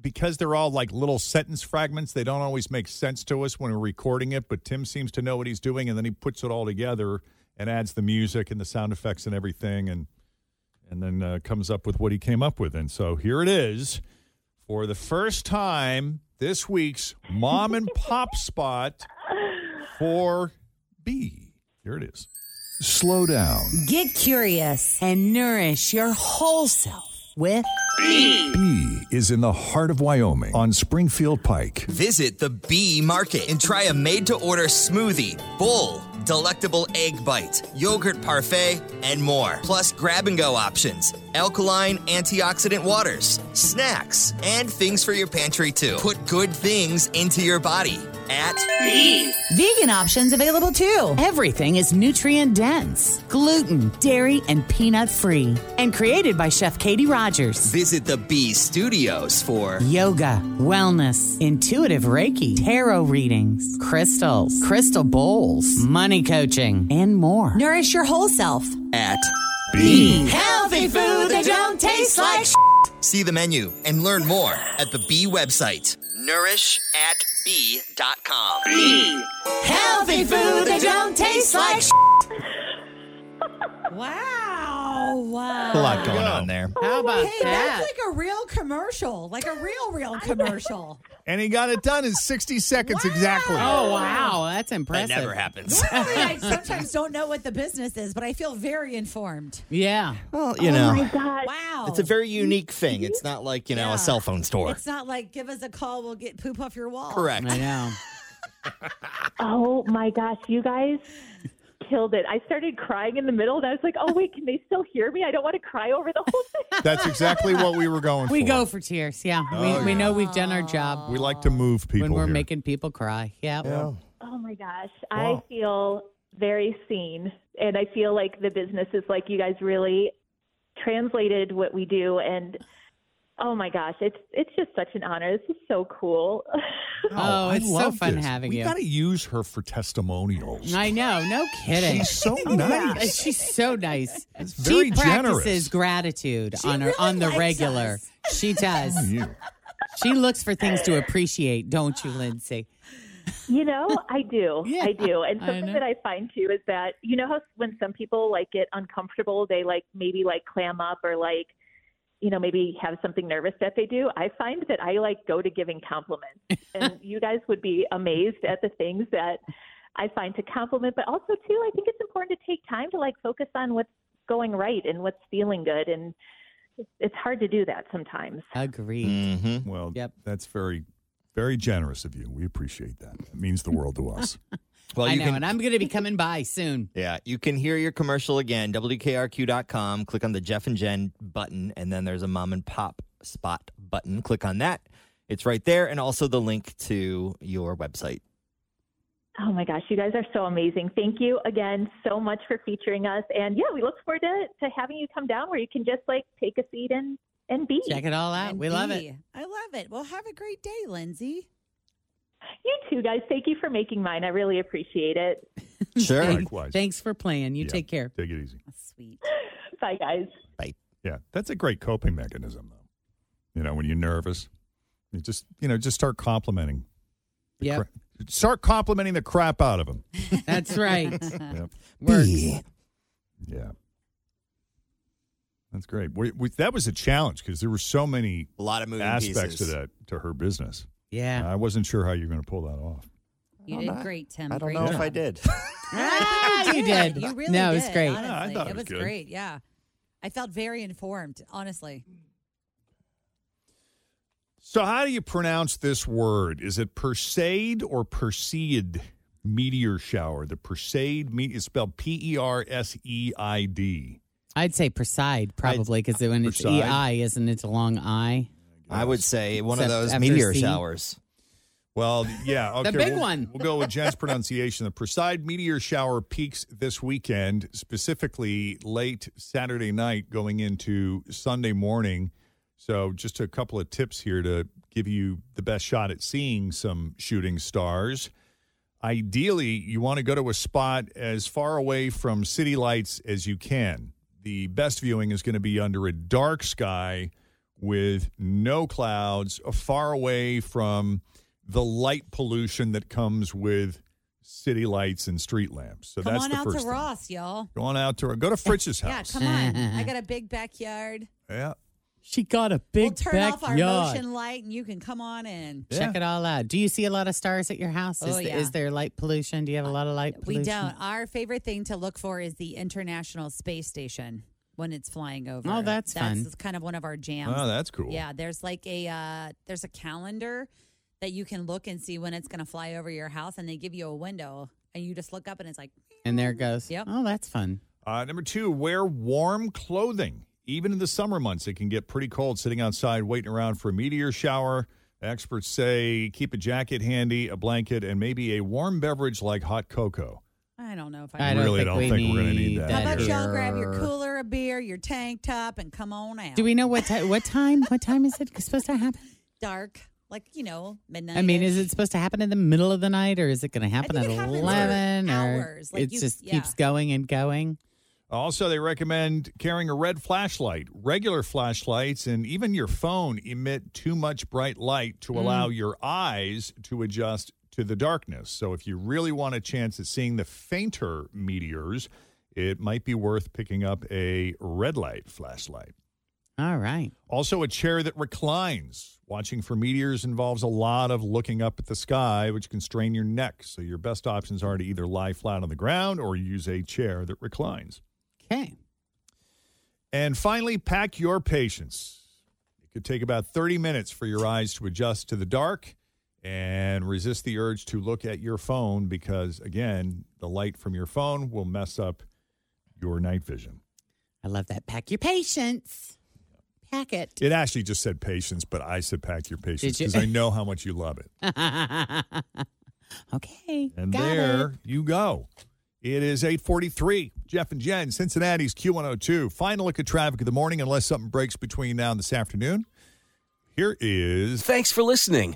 Speaker 2: because they're all like little sentence fragments, they don't always make sense to us when we're recording it, but Tim seems to know what he's doing and then he puts it all together and adds the music and the sound effects and everything and and then uh, comes up with what he came up with. And so here it is for the first time this week's mom and pop spot for B. Here it is. Slow down.
Speaker 17: Get curious and nourish your whole self with
Speaker 2: B is in the heart of Wyoming on Springfield Pike.
Speaker 5: Visit the Bee Market and try a made to order smoothie, bowl, delectable egg bite, yogurt parfait, and more. Plus, grab and go options, alkaline antioxidant waters, snacks, and things for your pantry too. Put good things into your body at Bee.
Speaker 17: vegan options available too. Everything is nutrient dense, gluten, dairy, and peanut free, and created by Chef Katie Rogers.
Speaker 5: Visit the Bee Studios for
Speaker 17: Yoga, wellness, intuitive Reiki, tarot readings, crystals, crystal bowls, money coaching, and more. Nourish your whole self.
Speaker 5: at
Speaker 17: Bee. Healthy food that don't taste like
Speaker 5: See the menu and learn more at the Bee website. Nourish at bee.com. Bee.
Speaker 17: Healthy food that don't taste like
Speaker 6: (laughs) Wow. Wow.
Speaker 5: A lot going on there.
Speaker 3: How about
Speaker 6: Hey,
Speaker 3: that?
Speaker 6: that's like a real commercial, like a
Speaker 3: (laughs)
Speaker 6: real, real commercial.
Speaker 2: And he got it done in 60 seconds exactly.
Speaker 3: Oh wow, that's impressive. Oh,
Speaker 17: (laughs)
Speaker 3: (laughs)
Speaker 5: never happens.
Speaker 6: Normally, I sometimes don't know what the business is, but I feel very informed.
Speaker 3: Yeah.
Speaker 5: Well,
Speaker 2: Oh
Speaker 5: you know.
Speaker 6: God. Wow.
Speaker 5: It's a very unique thing. It's not like, you know, a cell phone store.
Speaker 6: It's not like give us a call, we'll get poop off your wall.
Speaker 5: Correct.
Speaker 3: I know.
Speaker 14: Oh my gosh, you guys killed it. I started crying in the middle and I was like, oh wait, can they still hear me? I don't want to cry over the whole thing.
Speaker 2: (laughs) That's exactly what we were going
Speaker 3: We
Speaker 2: for.
Speaker 3: go for tears. Yeah. we,
Speaker 2: Oh,
Speaker 3: we
Speaker 2: yeah.
Speaker 3: know we've done our job
Speaker 2: We like to move people
Speaker 3: when we're
Speaker 2: here.
Speaker 3: making people cry. Yeah.
Speaker 14: (laughs) Oh my gosh.
Speaker 2: Wow.
Speaker 14: I feel very seen and I feel like the business is like you guys really translated what we do and oh my gosh, it's it's just such an honor. This is so cool. (laughs)
Speaker 3: Oh,
Speaker 2: I
Speaker 3: it's so
Speaker 2: love
Speaker 3: fun
Speaker 2: this.
Speaker 3: having
Speaker 2: we
Speaker 3: you.
Speaker 2: got to use her for testimonials.
Speaker 3: I know. No kidding.
Speaker 2: She's so
Speaker 3: Oh, yeah.
Speaker 2: nice.
Speaker 3: She's so nice.
Speaker 2: very
Speaker 3: she
Speaker 2: generous.
Speaker 3: practices gratitude on her on the regular. She does.
Speaker 2: You.
Speaker 3: She looks for things to appreciate, don't you, Lindsay?
Speaker 14: You know, I
Speaker 3: (laughs)
Speaker 14: do. I do. And
Speaker 3: I
Speaker 14: something
Speaker 3: know.
Speaker 14: that I find too is that you know how when some people like get uncomfortable, they like maybe like clam up or like you know maybe have something nervous that they do. I find that I like go to giving
Speaker 3: (laughs)
Speaker 14: compliments, and you guys would be amazed at the things that I find to compliment. But also too, I think it's important to take time to like focus on what's going right and what's feeling good, and it's hard to do that sometimes.
Speaker 3: Agreed.
Speaker 5: Mm-hmm.
Speaker 2: Well, that's very, very generous of you. We appreciate that. It means the world
Speaker 3: (laughs)
Speaker 2: to us.
Speaker 5: Well,
Speaker 3: I
Speaker 5: you
Speaker 3: know,
Speaker 5: can-
Speaker 3: and I'm going to be coming by soon.
Speaker 5: Yeah, you can hear your commercial again. WKRQ.com. Click on the Jeff and Jen button, and then there's a mom and pop spot button. Click on that. It's right there, and also the link to your website.
Speaker 14: Oh my gosh, you guys are so amazing. Thank you again so much for featuring us. And yeah, we look forward to, to having you come down where you can just like take a seat and, and be.
Speaker 3: Check it all out. we love it.
Speaker 6: Hey, I love it. Well, have a great day, Lindsay.
Speaker 14: You too, guys. Thank you for making mine. I really appreciate it.
Speaker 5: (laughs) Sure.
Speaker 2: Likewise.
Speaker 3: Thanks for playing. You take care.
Speaker 2: Take it easy.
Speaker 6: Sweet.
Speaker 14: Bye, guys.
Speaker 2: Yeah, that's a great coping mechanism, though. You know, when you're nervous, you just you know just start complimenting.
Speaker 3: Yeah.
Speaker 2: Start complimenting the crap out of them.
Speaker 3: That's
Speaker 6: (laughs)
Speaker 3: right.
Speaker 2: Yep.
Speaker 3: Works.
Speaker 2: Yeah. That's great. We, we, that was a challenge because there were so many
Speaker 5: A lot of moving
Speaker 2: aspects
Speaker 5: pieces.
Speaker 2: to that to her business.
Speaker 3: Yeah.
Speaker 2: I wasn't sure how you're going to pull that off.
Speaker 6: You
Speaker 5: I
Speaker 6: did
Speaker 5: don't know.
Speaker 6: great, Tim.
Speaker 5: I don't
Speaker 6: Great
Speaker 5: know if
Speaker 6: job.
Speaker 5: I did.
Speaker 3: (laughs) Ah, you did.
Speaker 6: You really
Speaker 3: no,
Speaker 6: did.
Speaker 3: it was great.
Speaker 6: honestly.
Speaker 2: Yeah, Ah, I thought
Speaker 6: it
Speaker 2: it was
Speaker 6: was
Speaker 2: good.
Speaker 6: great. Yeah. I felt very informed, honestly.
Speaker 2: So, how do you pronounce this word? Is it Perseid or Perseid meteor shower? The Perseid me- is spelled P E R S E I D.
Speaker 3: I'd say Perside probably because when it's
Speaker 2: Perside.
Speaker 3: EI, isn't it a long I?
Speaker 5: I would say one
Speaker 3: Except
Speaker 5: of those
Speaker 3: after
Speaker 5: meteor
Speaker 3: C.
Speaker 5: showers.
Speaker 2: Well, yeah, okay.
Speaker 3: The big
Speaker 2: we'll,
Speaker 3: one.
Speaker 2: we'll go with Jen's pronunciation. The Perseid meteor shower peaks this weekend, specifically late Saturday night going into Sunday morning. So, just a couple of tips here to give you the best shot at seeing some shooting stars. Ideally, you want to go to a spot as far away from city lights as you can. The best viewing is going to be under a dark sky with no clouds, far away from the light pollution that comes with city lights and street lamps. So
Speaker 6: Come
Speaker 2: that's
Speaker 6: on
Speaker 2: the
Speaker 6: out
Speaker 2: first
Speaker 6: to
Speaker 2: thing.
Speaker 6: Ross, y'all.
Speaker 2: Go on out to go to Fritz's
Speaker 6: Yeah,
Speaker 2: house.
Speaker 6: come
Speaker 3: (laughs)
Speaker 6: on. (laughs) I got a big backyard.
Speaker 2: Yeah.
Speaker 3: She got a big
Speaker 6: We'll turn off our
Speaker 3: backyard.
Speaker 6: motion light and you can come on in.
Speaker 3: Check it all out. Do you see a lot of stars at your house? Is,
Speaker 6: Oh,
Speaker 3: th-
Speaker 6: yeah.
Speaker 3: is there light pollution? Do you have a lot of light pollution?
Speaker 6: We don't. Our favorite thing to look for is the International Space Station when it's flying over.
Speaker 3: Oh, that's
Speaker 6: that's
Speaker 3: fun.
Speaker 6: kind of one of our jams.
Speaker 2: Oh, that's cool.
Speaker 6: Yeah, there's like a uh, there's a calendar that you can look and see when it's going to fly over your house, and they give you a window, and you just look up, and it's like
Speaker 3: And there it goes.
Speaker 6: Yep.
Speaker 3: Oh, that's fun.
Speaker 2: Uh, number two, wear warm clothing. Even in the summer months, it can get pretty cold sitting outside waiting around for a meteor shower. Experts say keep a jacket handy, a blanket, and maybe a warm beverage like hot cocoa.
Speaker 6: I don't know if I.
Speaker 3: I don't
Speaker 2: really
Speaker 3: think
Speaker 2: don't
Speaker 3: we
Speaker 2: think we're going to need
Speaker 3: need
Speaker 2: that.
Speaker 3: that
Speaker 6: How about
Speaker 2: here.
Speaker 6: y'all grab your cooler, a beer, your tank top, and come on out?
Speaker 3: Do we know what time? What time? What time is it (laughs) supposed to happen?
Speaker 6: dark, like you know, midnight.
Speaker 3: I mean, is it supposed to happen in the middle of the night, or is it going to happen at
Speaker 6: think it happens for
Speaker 3: eleven?
Speaker 6: hours.
Speaker 3: Or
Speaker 6: Like
Speaker 3: it
Speaker 6: you-
Speaker 3: just
Speaker 6: yeah.
Speaker 3: keeps going and going.
Speaker 2: Also, they recommend carrying a red flashlight. Regular flashlights and even your phone emit too much bright light to allow your eyes to adjust to the darkness. So, if you really want a chance at seeing the fainter meteors, it might be worth picking up a red light flashlight.
Speaker 3: All right.
Speaker 2: Also, a chair that reclines. Watching for meteors involves a lot of looking up at the sky, which can strain your neck. So, your best options are to either lie flat on the ground or use a chair that reclines.
Speaker 3: Okay.
Speaker 2: And finally, pack your patience. It could take about 30 minutes for your eyes to adjust to the dark and resist the urge to look at your phone because, again, the light from your phone will mess up your night vision.
Speaker 3: I love that. Pack your patience. Pack it.
Speaker 2: It actually just said patience, but I said pack your patience
Speaker 3: Did you-
Speaker 2: because I know how much you love it.
Speaker 3: (laughs) okay.
Speaker 2: And
Speaker 3: got
Speaker 2: there
Speaker 3: it.
Speaker 2: you go. It is 843. Jeff and Jen, Cincinnati's Q102. Final look at traffic of the morning, unless something breaks between now and this afternoon. Here is
Speaker 1: Thanks for listening